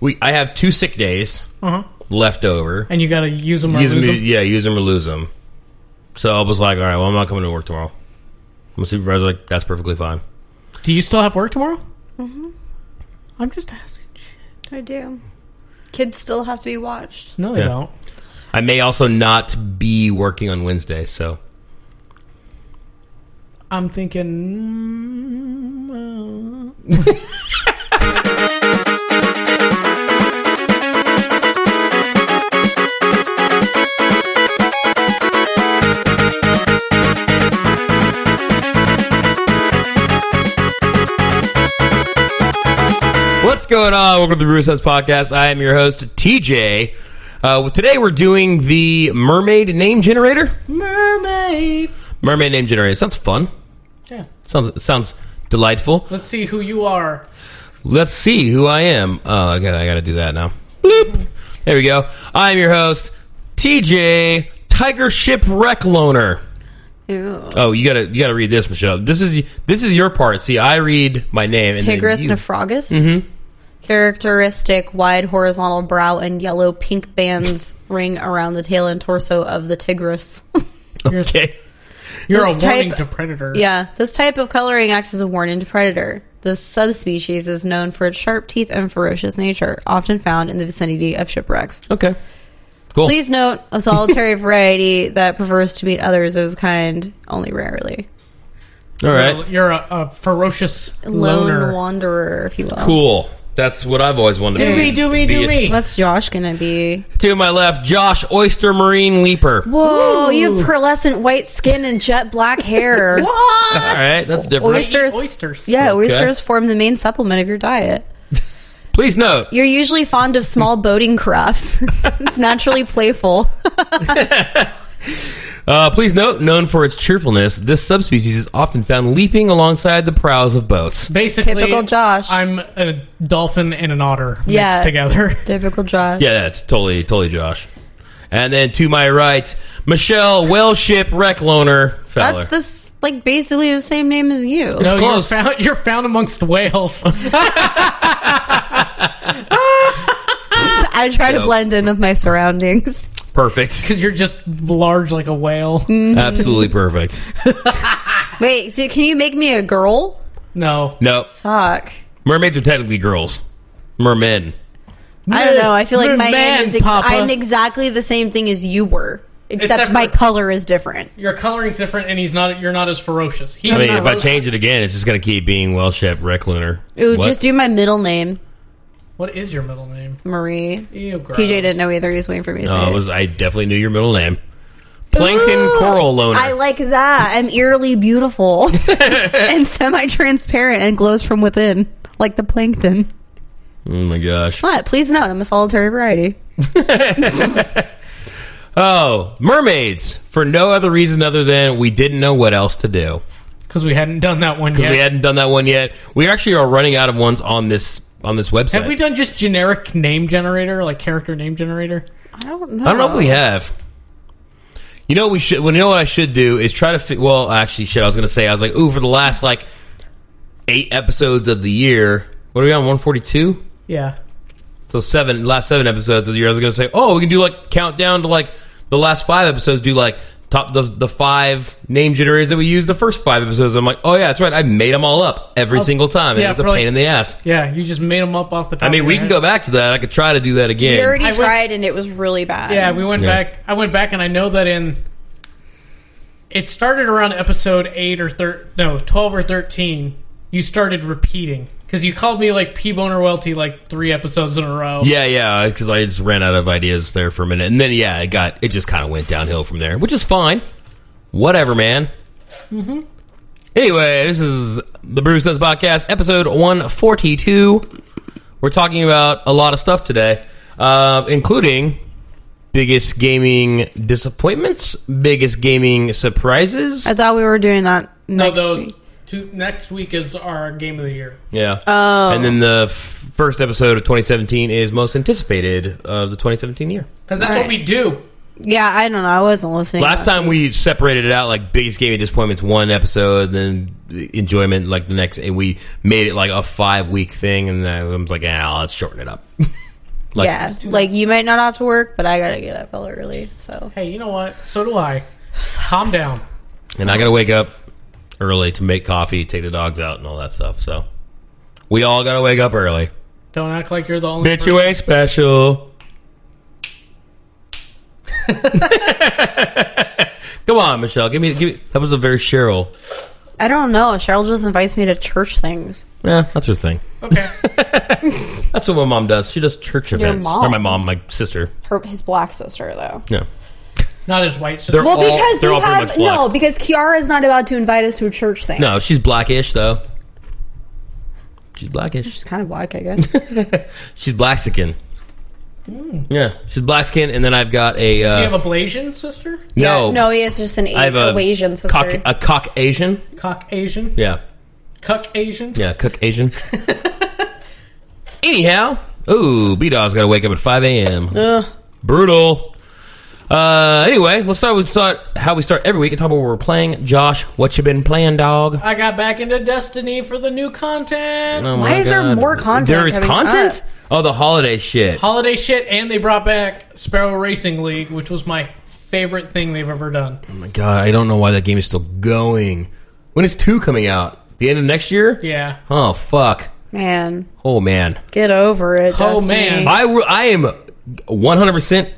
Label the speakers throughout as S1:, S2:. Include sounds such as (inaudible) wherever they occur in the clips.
S1: we I have two sick days
S2: Uh-huh.
S1: left over.
S2: And you got to use them or
S1: Use
S2: lose
S1: 'em-
S2: them.
S1: Yeah, use them or lose them. So I was like, all right, well, I'm not coming to work tomorrow. My supervisor's like, that's perfectly fine.
S2: Do you still have work tomorrow? Mm-hmm. I'm just asking.
S3: I do. Kids still have to be watched.
S2: No, they
S1: Yeah.
S2: don't.
S1: I may also not be working on Wednesday, so
S2: I'm thinking. mm, uh,
S1: What's going on? Welcome to the Bruce House Podcast. I am your host, TJ. Uh, well, today we're doing the Mermaid Name Generator.
S2: mermaid.
S1: Mermaid Name Generator. Sounds fun.
S2: Yeah.
S1: Sounds sounds delightful.
S2: Let's see who you are.
S1: Let's see who I am. Oh, I got I got to do that now. Bloop. There we go. I'm your host, TJ Tiger Shipwreck Loner.
S3: Ew.
S1: Oh, you gotta you gotta read this, Michelle. This is this is your part. See, I read my name. And then
S3: Tigris
S1: you- Mm-hmm.
S3: nephragus. Characteristic wide horizontal brow and yellow pink bands (laughs) ring around the tail and torso of the tigris. (laughs)
S1: (laughs)
S2: You're,
S1: Okay.
S2: you're a
S3: This type-
S2: warning to predator.
S3: yeah, this type of coloring acts as a warning to predator. This subspecies is known for its sharp teeth and ferocious nature, often found in the vicinity of shipwrecks.
S1: Okay. Cool.
S3: Please note
S1: (laughs)
S3: a solitary variety that prefers to meet others of its kind only rarely.
S1: All
S2: You're a-
S1: right.
S2: You're a, a ferocious
S3: Lone
S2: loner.
S3: wanderer, if you will.
S1: Cool. That's what I've always wanted to
S2: Do me,
S1: be.
S2: do me, do
S1: Be-
S2: me.
S3: What's Josh gonna be?
S1: To my left, Josh Oyster Marine Leaper.
S3: Whoa, you have pearlescent white skin and jet black hair.
S2: What?
S1: All right, that's different.
S2: Oyster-
S3: Oysters,
S2: oysters.
S3: Yeah,
S1: Okay.
S3: oysters form the main supplement of your diet.
S1: Please note,
S3: You're usually fond of small boating crafts. (laughs) it's naturally playful.
S1: uh, please note, known for its cheerfulness, this subspecies is often found leaping alongside the prows of boats.
S2: Basically,
S3: Typical Josh.
S2: I'm a dolphin and an otter mixed
S3: Yeah. (laughs)
S2: together.
S3: Typical Josh.
S1: Yeah, that's totally, totally Josh. And then to my right, Michelle Wellship Wreck Loner Fowler.
S3: That's this like basically the same name as you.
S2: no,
S1: close.
S2: You're, found, you're found
S1: (laughs)
S2: amongst whales.
S3: (laughs) I try to
S1: Dope.
S3: blend in with my surroundings.
S1: perfect.
S2: Because you're just large like a whale.
S3: Mm.
S1: Absolutely perfect.
S3: Wait, so can you make me a girl?
S2: No.
S1: No,
S3: Fuck.
S1: mermaids are technically girls. Mermen.
S3: I don't know. I feel like my
S2: Man,
S3: name is ex-
S2: Papa.
S3: I'm exactly the same thing as you were, except,
S2: Except
S3: my
S2: for-
S3: color is different.
S2: Your coloring's different, and he's not. You're not as ferocious. He,
S1: I mean,
S3: not
S1: if I
S3: Wellship.
S1: change it again, it's just going to keep being Wellship Wreck Loner.
S3: Ooh,
S1: What?
S3: just do my middle name,
S2: what is your middle name?
S3: Marie.
S2: Ew, gross.
S3: TJ didn't know either. He was waiting for me to
S1: No,
S3: say
S1: it
S3: it.
S1: was, I definitely knew your middle name. Plankton
S3: Ooh,
S1: Coral Loner.
S3: I like that. I'm eerily beautiful
S1: (laughs)
S3: and semi-transparent and glows from within, like the plankton.
S1: oh my gosh.
S3: What? Please note, I'm a solitary variety.
S1: Oh, mermaids for no other reason other than we didn't know what else to do
S2: Because we hadn't done that one
S1: because
S2: yet.
S1: we hadn't done that one yet. We actually are running out of ones on this on this website.
S2: Have we done just generic name generator, like character name generator?
S3: I don't know.
S1: I don't know if
S2: Oh.
S1: we have. You know what we should. Well, you know what I should do is try to. Fi- well, actually, shit. I was gonna say I was like, ooh, for the last like eight episodes of the year, what are we on? One forty two.
S2: Yeah.
S1: So seven last seven episodes of the year. I was gonna say, oh, we can do like countdown to like the last five episodes. Do like top the the five name generators that we used the first five episodes. I'm like, oh yeah, that's right. I made them all up every single time. and
S2: Oh. yeah,
S1: it was a
S2: for, like-
S1: pain in the ass.
S2: Yeah. You just made them up off the top.
S1: I mean,
S2: of
S1: we
S2: your
S1: can
S2: head.
S1: go back to that. I could try to do that again.
S3: We already
S2: I went-
S3: tried, and it was really bad.
S2: Yeah, we went
S1: Yeah.
S2: back. I went back, and I know that in it started around episode eight or thir- no twelve or thirteen. You started repeating because you called me like P Boner Welty like three episodes in a row.
S1: Yeah, yeah, because I just ran out of ideas there for a minute, and then yeah, it got it just kind of went downhill from there, which is fine. Whatever, man. Mm-hmm. Anyway, this is the Brew Says Podcast, episode one forty two. We're talking about a lot of stuff today, uh, including biggest gaming disappointments, biggest gaming surprises.
S3: I thought we were doing that next
S2: Although
S3: week.
S2: two, next week is our game of the year.
S1: Yeah. Oh. And then the f- first episode of 2017 is most anticipated of the 2017 year.
S2: Because that's
S3: All
S2: what we do.
S3: Yeah, I don't know. I wasn't listening.
S1: Last time we separated it out like biggest gaming disappointments one episode, then enjoyment (laughs) like the next, and we made it like a five week thing. And I was like, ah, let's shorten it up. Like,
S3: yeah, like you might not have to work, but I gotta get up hella early. So
S2: Hey, you know what? So do I. Calm down.
S1: And I got to wake up early to make coffee, take the dogs out, and all that stuff. So we all got to wake up early.
S2: Don't act like you're the only.
S1: Bitch, you ain't special. (laughs) Come on, Michelle. Give me, give me. That was a very Cheryl.
S3: I don't know. Cheryl just invites me to church things.
S1: Yeah, that's her thing.
S2: Okay.
S1: That's what my mom does. She does church events.
S3: mom.
S1: Or my mom, my sister.
S3: Her his black sister though.
S1: Yeah.
S2: Not as white. So
S1: They're
S3: Well,
S1: all-
S3: because
S1: they're
S3: you
S1: all pretty
S3: have
S1: much black.
S3: no, because Kiara's not about to invite us to a church thing.
S1: No, she's blackish though. She's blackish.
S3: She's kind of black, I
S1: (laughs)
S3: guess.
S1: She's blackskin. Yeah, she's blackskin, and then I've got a. Uh,
S2: Hmm. Do you have a Blasian sister?
S1: no,
S3: Yeah, no, he is just an
S1: I have a uh,
S3: Asian sister.
S1: Cock, a cock Asian.
S2: Cock Asian?
S1: Yeah,
S2: Cuck Asian?
S1: yeah, cook
S3: (laughs)
S1: Asian. Anyhow, ooh, B Daw's got to wake up at five a.m.
S3: Ugh.
S1: Brutal. Uh, anyway, we'll start with start how we start every week and talk about what we're playing. Josh, what you been playing, dog?
S2: I got back into Destiny for the new content.
S1: Oh
S3: Why
S1: my
S3: is there more content
S1: There is
S3: coming
S1: content.
S3: up?
S1: Oh, the holiday shit.
S2: Holiday shit, and they brought back Sparrow Racing League, which was my favorite thing they've ever done.
S1: my god, I don't know why that game is still going. When is two coming out? The end of next year?
S2: Yeah.
S1: Oh fuck.
S3: Man,
S1: Oh man.
S3: get over it.
S2: Oh,
S3: Destiny.
S2: man.
S1: I w- I am 100%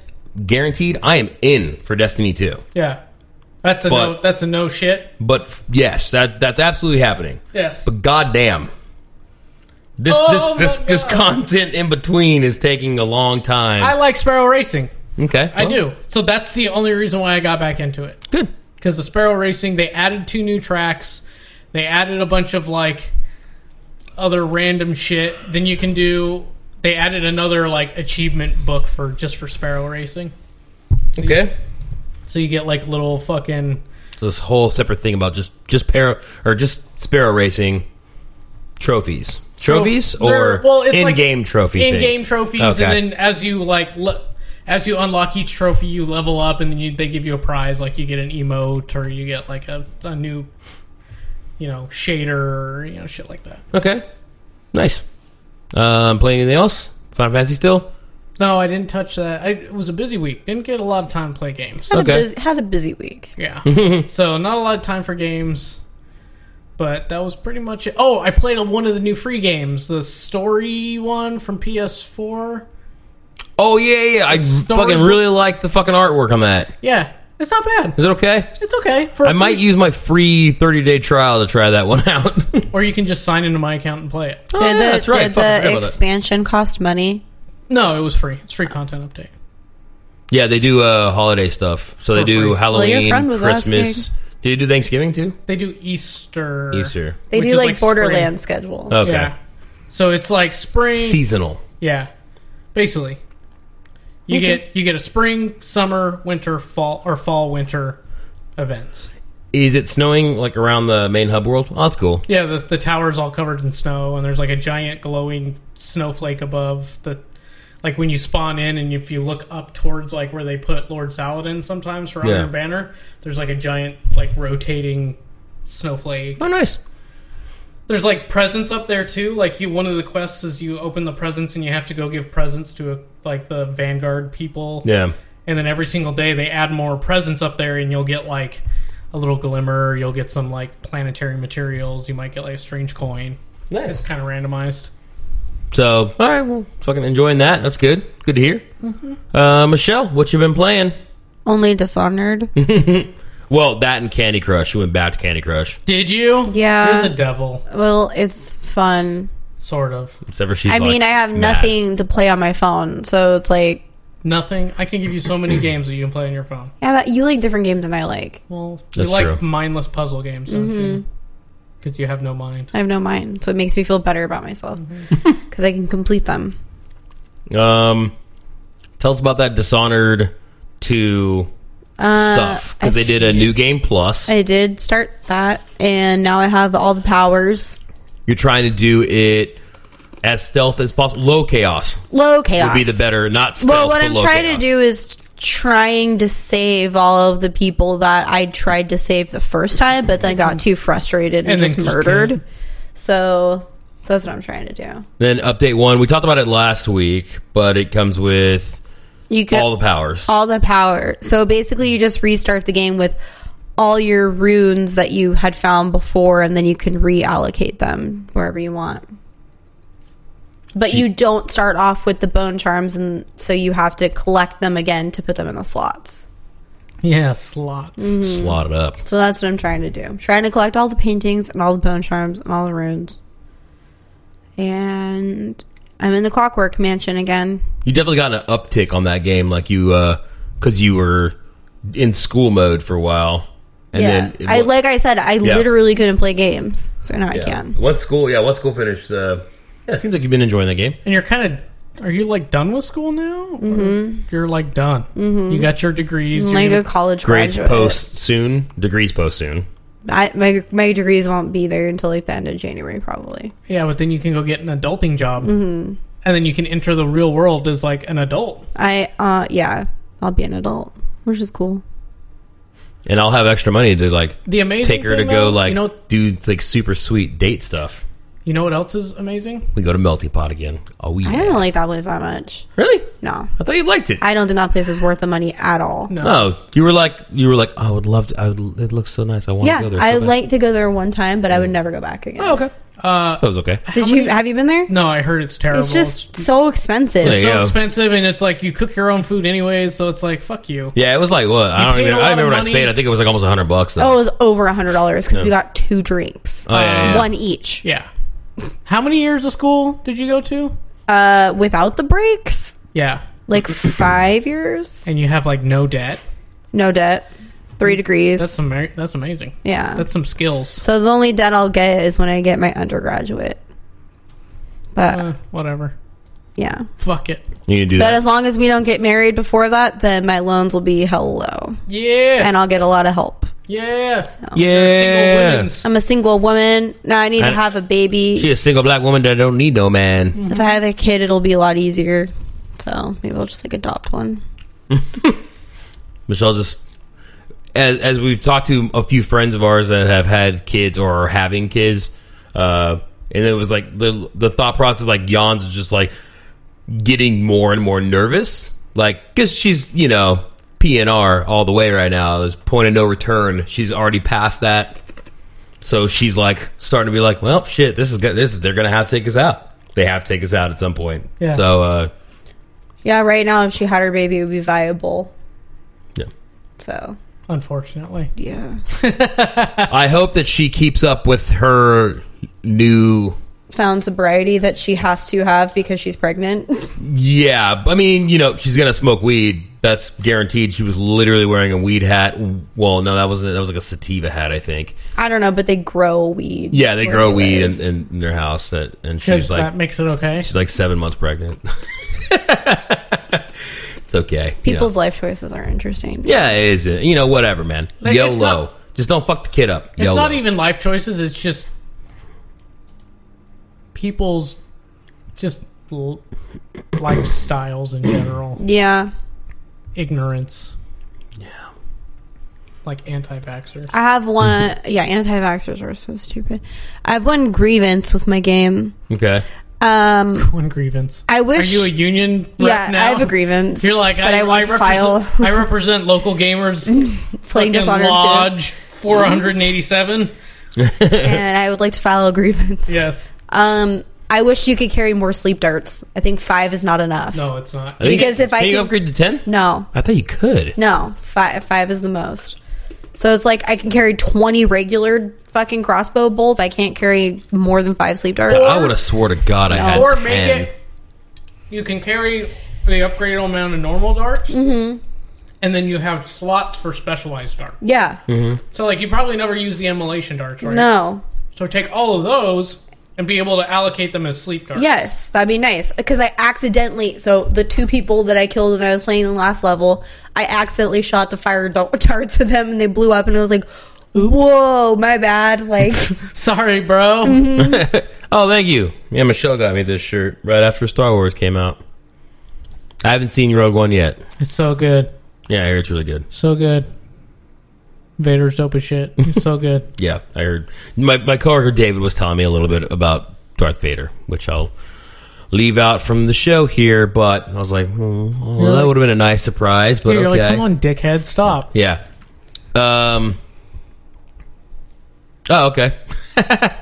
S1: guaranteed I am in for Destiny 2.
S2: Yeah. That's a no
S1: But-
S2: that's a no shit.
S1: But f- yes, that that's absolutely happening.
S2: Yes.
S1: But goddamn. This
S2: Oh,
S1: this
S2: my
S1: this this
S2: God.
S1: content in between is taking a long time.
S2: I like Sparrow Racing.
S1: okay.
S2: I do. So that's the only reason why I got back into it.
S1: Good.
S2: because the Sparrow Racing they added two new tracks, they added a bunch of like other random shit. Then you can do. They added another like achievement book for just for Sparrow Racing,
S1: Okay.
S2: so you get like little fucking
S1: So this whole separate thing about just just para or just sparrow racing trophies, trophies
S2: They're-
S1: or in-game
S2: like
S1: trophy,
S2: in-game
S1: things?
S2: trophies,
S1: Okay.
S2: and then as you like. Le- as you unlock each trophy, you level up, and then you, they give you a prize. Like you get an emote, or you get like a, a new, you know, shader, or, you know, shit like that.
S1: okay, nice. Um, playing anything else? Final Fantasy still?
S2: No, I didn't touch that. I, it was a busy week. Didn't get a lot of time to play games.
S3: Had,
S1: Okay.
S3: a busy, had a busy week.
S2: (laughs)
S1: (laughs)
S2: Yeah. so not a lot of time for games. But that was pretty much it. Oh, I played one of the new free games, the story one from PS4.
S1: Oh yeah, yeah. I
S2: Story-
S1: fucking really like the fucking artwork on that.
S2: Yeah, it's not bad.
S1: Is it okay?
S2: It's okay. For a
S1: I might
S2: free-
S1: use my free 30 day trial to try that one (laughs) out. oh,
S2: or you can just sign into my account and play it.
S1: yeah,
S3: did the,
S1: that's right.
S3: did
S1: Fuck, I forgot
S3: the
S1: about that.
S3: expansion cost money?
S2: No, it was free. It's free content update.
S1: Yeah, they do uh, holiday stuff. So they
S2: For
S1: do
S2: free.
S1: Halloween,
S3: your friend was
S1: Christmas. Do you do Thanksgiving too?
S2: They do Easter.
S1: Easter.
S3: They
S2: which
S3: do
S2: is
S3: like,
S2: spring.
S3: Borderlands schedule.
S1: Okay.
S2: Yeah. So it's like spring.
S1: Seasonal.
S2: Yeah, basically, you
S3: Okay.
S2: get you get a spring, summer, winter, fall, or fall winter events.
S1: Is it snowing like around the main hub world? Oh, that's cool.
S2: Yeah, the the tower's all covered in snow, and there's like a giant glowing snowflake above the. Like when you spawn in, and if you look up towards like where they put Lord Saladin, sometimes for
S1: Yeah.
S2: Iron Banner, there's like a giant like rotating snowflake.
S1: Oh, nice.
S2: There's like presents up there too. Like you, one of the quests is you open the presents and you have to go give presents to like the Vanguard people.
S1: Yeah.
S2: and then every single day they add more presents up there and you'll get like a little glimmer you'll get some like planetary materials you might get like a strange coin it's
S1: Nice.
S2: kind of randomized
S1: So, all right, well, fucking enjoying that. That's good. Good to hear.
S3: Mm-hmm.
S1: Uh, Michelle, what you been playing? (laughs)
S3: Only Dishonored.
S1: Well, that and Candy Crush. You went back to Candy Crush.
S2: did you
S3: Yeah.
S2: you're the devil
S3: well, it's fun.
S2: sort of
S1: Except for she's
S3: I mean, I
S1: like,
S3: have
S1: mad.
S3: nothing to play on my phone, so it's like,
S2: nothing i can give you so many games that you can play on your phone
S3: yeah, but you like different games than I like.
S2: well
S1: That's
S2: you like
S1: true.
S2: mindless puzzle games don't you because you have no mind
S3: I have no mind, so it makes me feel better about myself because
S1: Mm-hmm.
S3: (laughs) I can complete them.
S1: Um, tell us about that Dishonored 2
S3: Uh,
S1: stuff.
S3: I
S1: Because they did a new game plus.
S3: I did start that, and now I have all the powers.
S1: You're trying to do it as stealth as possible. Low chaos
S3: Low chaos.
S1: would be the better, not stealth.
S3: Well, what
S1: but
S3: I'm
S1: low
S3: trying
S1: chaos.
S3: to do is trying to save all of the people that I tried to save the first time, but then got too frustrated and,
S2: And then
S3: just
S2: just
S3: murdered.
S2: killed.
S3: So That's what I'm trying to do.
S1: Then update one. We talked about it last week, but it comes with
S3: You could
S1: all the powers.
S3: all the power. So basically, you just restart the game with all your runes that you had found before, and then you can reallocate them wherever you want. But you don't start off with the bone charms, and so you have to collect them again to put them in the slots.
S2: Yeah, slots.
S3: Um,
S1: Slot it up.
S3: So that's what I'm trying to do. I'm trying to collect all the paintings and all the bone charms and all the runes. And I'm in the Clockwork Mansion again.
S1: You definitely got an uptick on that game, like you, because you were in school mode for a while, and
S3: yeah,
S1: then it
S3: I
S1: wa-
S3: like I said, I
S1: Yeah.
S3: literally couldn't play games, so now I
S1: yeah.
S3: can.
S1: Once school, yeah, once school finished, uh, yeah, it seems like you've been enjoying the game.
S2: And you're kind of. Are you like done with school now? Mm-hmm. You're like done. Mm-hmm. You got your degrees. you're
S3: like
S2: gonna-
S3: a college
S1: Grades
S3: graduate.
S1: post soon, degrees post soon.
S3: I, my my degrees won't be there until like the end of January probably.
S2: yeah, but then you can go get an adulting job, mm-hmm. and then you can enter the real world as like an adult.
S3: I uh yeah, I'll be an adult, which is cool.
S1: And I'll have extra money to like
S2: The amazing
S1: take her to
S2: thing,
S1: go
S2: though,
S1: like
S2: you know
S1: do like super sweet date stuff.
S2: you know what else is amazing?
S1: We go to Melty Pot again. Oh yeah,
S3: I don't like that place that much.
S1: really?
S3: No,
S1: I thought you liked it.
S3: I don't think that place is worth the money at all.
S2: No.
S1: oh, you were like you were like "Oh, I would love to. I would, it looks so nice. I want
S3: yeah,
S1: to go there. so
S3: I
S1: bad.
S3: like to go there one time, but I would never go back again.
S1: Oh, okay.
S2: Uh,
S1: That was okay.
S3: Did you have you been there?
S2: no, I heard it's terrible.
S3: It's just so expensive.
S1: There you
S2: so
S1: go.
S2: expensive, and it's like you cook your own food anyways, so it's like fuck you.
S1: Yeah, it was like what? I don't
S2: paid
S1: even.
S2: a
S1: I
S2: lot of
S1: remember what I
S2: money.
S1: paid. I think it was like almost hundred bucks. Though.
S3: Oh, it was over a hundred dollars because we got two drinks,
S1: Oh, yeah, yeah, yeah.
S3: one each,
S2: Yeah. How many years of school did you go to?
S3: uh, without the breaks,
S2: Yeah,
S3: like five years,
S2: and you have like no debt.
S3: no debt, three degrees.
S2: That's ama- that's amazing.
S3: yeah,
S2: That's some skills.
S3: So the only debt I'll get is when I get my undergraduate. But
S2: Uh, whatever.
S3: yeah.
S2: Fuck it.
S1: You need to do
S3: But
S1: that.
S3: as long as we don't get married before that, then my loans will be hell low.
S2: Yeah.
S3: And I'll get a lot of help.
S2: yeah. Single
S1: yeah,
S2: women's.
S3: I'm a single woman. Now I need to
S1: And-
S3: have a baby.
S1: she a single black woman that don't need no man.
S3: if I have a kid, it'll be a lot easier. So maybe I'll just like adopt one.
S1: Michelle just as as we've talked to a few friends of ours that have had kids or are having kids, uh, and it was like the the thought process like Yawns is just like getting more and more nervous, like because she's you know PNR all the way right now. There's point of no return. She's already past that, so she's like starting to be like, well, shit, this is good. This is they're gonna have to take us out. They have to take us out at some point.
S2: Yeah.
S1: So uh,
S3: Yeah, right now if she had her baby, it would be viable.
S1: Yeah.
S3: So
S2: Unfortunately.
S3: yeah,
S1: I hope that she keeps up with her new
S3: found sobriety that she has to have because she's pregnant. (laughs)
S1: Yeah, I mean, you know, she's gonna smoke weed. That's guaranteed. She was literally wearing a weed hat. Well, no, that wasn't. That was like a sativa hat, I think.
S3: I don't know, but they grow weed.
S1: Yeah, they
S3: where
S1: grow
S3: they
S1: weed
S3: live.
S1: in, in their house. That and
S2: Because
S1: she's like
S2: that makes it okay.
S1: she's like seven months pregnant. (laughs) it's okay. you know.
S3: People's life choices are interesting.
S1: yeah, it is. uh, You know, whatever, man.
S2: Like, it's
S1: YOLO.
S2: not-
S1: Just don't fuck the kid up.
S2: It's not even life choices. It's just people's just l- lifestyles in general.
S3: Yeah.
S2: Ignorance. Yeah. Like anti-vaxxers.
S3: I
S2: (laughs)
S3: have one. yeah, anti vaxxers are so stupid. I have one grievance with my game.
S1: okay.
S3: Um,
S2: One grievance.
S3: I
S2: Are
S3: wish.
S2: you a union? Rep
S3: yeah,
S2: now?
S3: I have a grievance.
S2: You're like
S3: but I,
S2: I,
S3: want
S2: I
S3: to file
S2: represent- (laughs) I represent local
S3: (laughs)
S2: gamers.
S3: playing
S2: fucking
S3: Dishonored too,
S2: Lodge 487.
S3: (laughs) and I would like to file a grievance.
S2: yes.
S3: Um, I wish you could carry more sleep darts. I think five is not enough.
S2: No, it's not.
S1: I think-
S3: Because if I
S1: can you
S3: could-
S1: upgrade to ten,
S3: no,
S1: I thought you could.
S3: no, five five is the most. So it's like I can carry twenty regular fucking crossbow bolts. I can't carry more than five sleep darts.
S1: I would have swore to God I had
S2: Or
S1: ten.
S2: make it. You can carry the upgraded amount of normal darts,
S3: Mm-hmm.
S2: and then you have slots for specialized darts.
S3: Yeah,
S2: So, like, you probably never use the emulation darts, right?
S3: no,
S2: So, take all of those and be able to allocate them as sleep darts.
S3: Yes, that'd be nice. Because I accidentally, so the two people that I killed when I was playing the last level, I accidentally shot the fire (laughs) dar- darts at them and they blew up, and I was like, "Whoa, my (laughs) bad!" Like,
S2: Sorry, bro.
S3: Mm-hmm.
S1: Oh, thank you. Yeah, Michelle got me this shirt right after Star Wars came out. I haven't seen Rogue One yet.
S2: It's so good.
S1: Yeah, I heard it's really good.
S2: So good. Vader's dope as shit. He's so good.
S1: Yeah, I heard. My my coworker David was telling me a little bit about Darth Vader, which I'll leave out from the show here. But I was like, hmm, well, that would have been a nice surprise. (laughs) But
S2: You're
S1: okay,
S2: like, come on,
S1: (laughs)
S2: dickhead, stop.
S1: yeah. Um. Oh, okay. (laughs)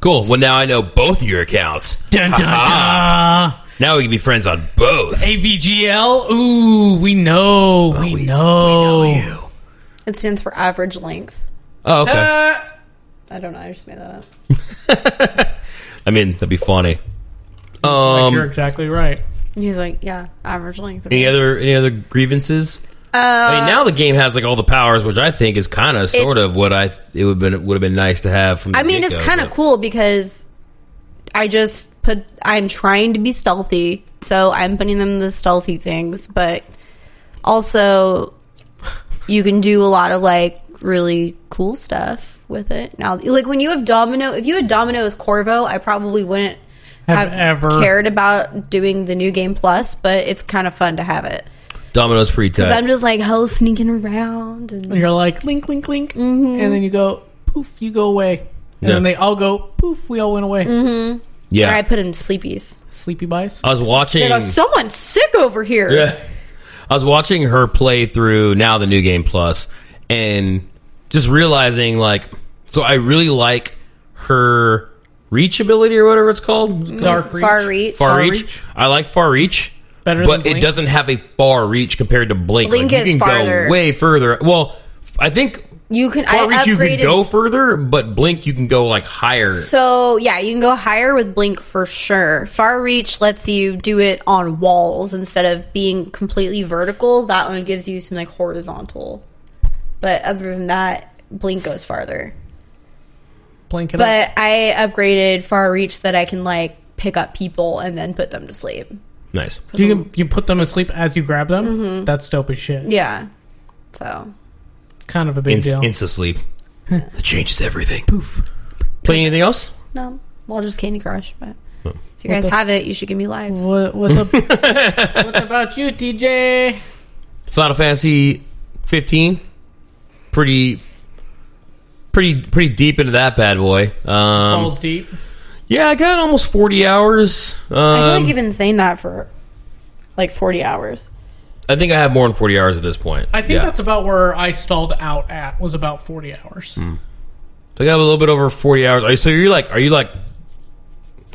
S1: cool. Well, now I know both of your accounts.
S2: Dun, dun, dun. (laughs)
S1: Now we can be friends on both.
S2: AVGL. Ooh, we know. we, know.
S3: It stands for average length.
S1: Oh, okay.
S2: Uh,
S3: I don't know. I just made that up.
S1: I mean, that'd be funny.
S2: you're
S1: Um.
S2: exactly right.
S3: He's like, yeah, average length.
S1: Any other any other grievances? I mean, now the game has like all the powers, which I think is kind of sort
S3: Uh, It's-
S1: of what I it would been would have been nice to have. From the
S3: I mean, it's
S1: get-go,
S3: kind of
S1: but-
S3: cool because I just put. I'm trying to be stealthy, so I'm putting them in the stealthy things. But also, you can do a lot of like really cool stuff with it. Now, like when you have Domino, if you had Domino as Corvo, I probably wouldn't
S2: Have
S3: have,
S2: ever-
S3: cared about doing the new game plus. But it's kind of fun to have it
S1: Domino's pretty
S3: because
S1: tight.
S3: I'm just like hell sneaking around and
S2: And you're like, link, link, link.
S3: Mm-hmm.
S2: And then you go, poof, you go away. And
S1: Yeah.
S2: then they all go, poof, we all went away.
S3: Mm-hmm. or I
S1: Yeah,
S3: put him to sleepies.
S2: Sleepy Bice.
S1: I was watching.
S3: They go, someone's sick over
S1: (laughs)
S3: here.
S1: Yeah. I was watching her play through now the new game plus and just realizing like so I really like her reach ability or whatever it's called.
S2: Dark Reach.
S3: Far reach.
S1: Far,
S2: Far
S1: reach.
S2: reach.
S1: I like far reach.
S2: Better than
S1: but it
S2: Blink?
S1: doesn't have a far reach compared to Blink.
S3: Blink
S1: like,
S3: is
S1: you can
S3: farther.
S1: go way further. Well, I think
S3: You can
S1: far
S3: I
S1: reach you can
S3: upgraded-
S1: go further, but Blink you can go like higher.
S3: So yeah, you can go higher with blink for sure. Far reach lets you do it on walls instead of being completely vertical. That one gives you some like horizontal. But other than that, blink goes farther.
S2: Blink it up.
S3: But I upgraded far reach so that I can like pick up people and then put them to sleep.
S1: nice.
S2: You can you put them asleep as you grab them.
S3: Mm-hmm.
S2: That's dope as shit.
S3: Yeah. So
S2: It's kind of a big
S1: Inst-
S2: deal. Hmm.
S1: Insta sleep. that changes everything. Poof. Playing anything else?
S3: no, well just Candy Crush. But
S1: Oh.
S3: if you guys have it, you should give me lives.
S2: what, what, the,
S1: (laughs)
S2: what about you, TJ?
S1: Final Fantasy 15. Pretty pretty pretty deep into that bad boy. Um,
S2: Balls deep.
S1: yeah, I got almost 40 hours. Um,
S3: I feel
S1: I,
S3: like you've been saying that for like forty hours.
S1: think I have more than 40 hours at this point.
S2: I think
S1: Yeah.
S2: that's about where I stalled out at. Was about forty hours.
S1: Hmm. So I got a little bit over 40 hours. Are you, so you're like are you like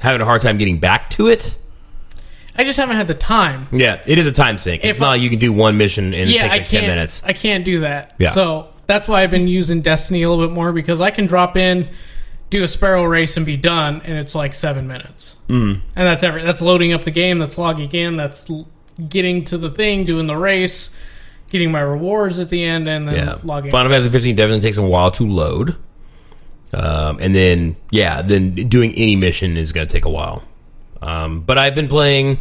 S1: having a hard time getting back to it?
S2: I just haven't had the time.
S1: Yeah, it is a time sink. It's
S2: If
S1: not
S2: I-
S1: you can do one mission and it
S2: yeah,
S1: takes
S2: I
S1: like
S2: can't.
S1: 10 minutes.
S2: I can't do that.
S1: Yeah.
S2: So that's why I've been using Destiny a little bit more because I can drop in, do a sparrow race, and be done, and it's like seven minutes. Mm.
S1: Hmm.
S2: And that's every. That's loading up the game. That's logging in. That's l- getting to the thing, doing the race, getting my rewards at the end, and then
S1: Yeah.
S2: logging.
S1: Final Fantasy 15 definitely takes a while to load. Um, and then, yeah, then doing any mission is going to take a while. Um, but I've been playing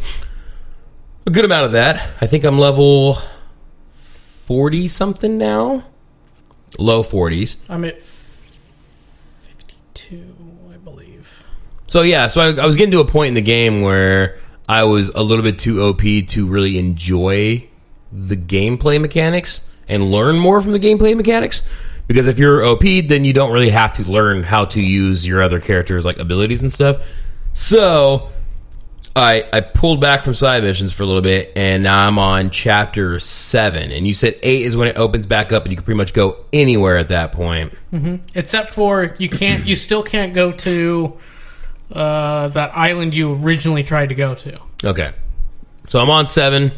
S1: a good amount of that. I think I'm level 40 something now. Low 40s.
S2: I'm at fifty-two, I believe.
S1: So, yeah, so I, I was getting to a point in the game where I was a little bit too OP to really enjoy the gameplay mechanics and learn more from the gameplay mechanics. Because if you're OP, then you don't really have to learn how to use your other characters' like abilities and stuff. So I I pulled back from side missions for a little bit, and now I'm on chapter seven. And you said eight is when it opens back up, and you can pretty much go anywhere at that point.
S2: except for you can't you still can't go to uh, that island you originally tried to go to
S1: Okay. So I'm on seven.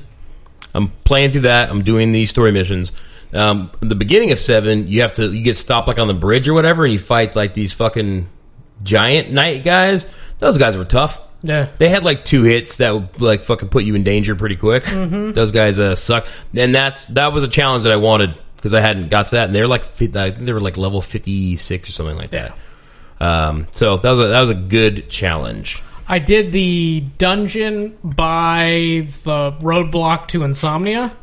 S1: I'm playing through that. I'm doing these story missions. Um, at the beginning of seven, you have to you get stopped like on the bridge or whatever, and you fight like these fucking giant knight guys. Those guys were tough.
S2: yeah
S1: They had like two hits that would like fucking put you in danger pretty quick. Those guys uh, suck. And that's that was a challenge that I wanted because I hadn't got to that. And they're like fi- I think they were like level fifty six or something like that. Um, so that was a, that was a good challenge.
S2: i did the dungeon by the roadblock to insomnia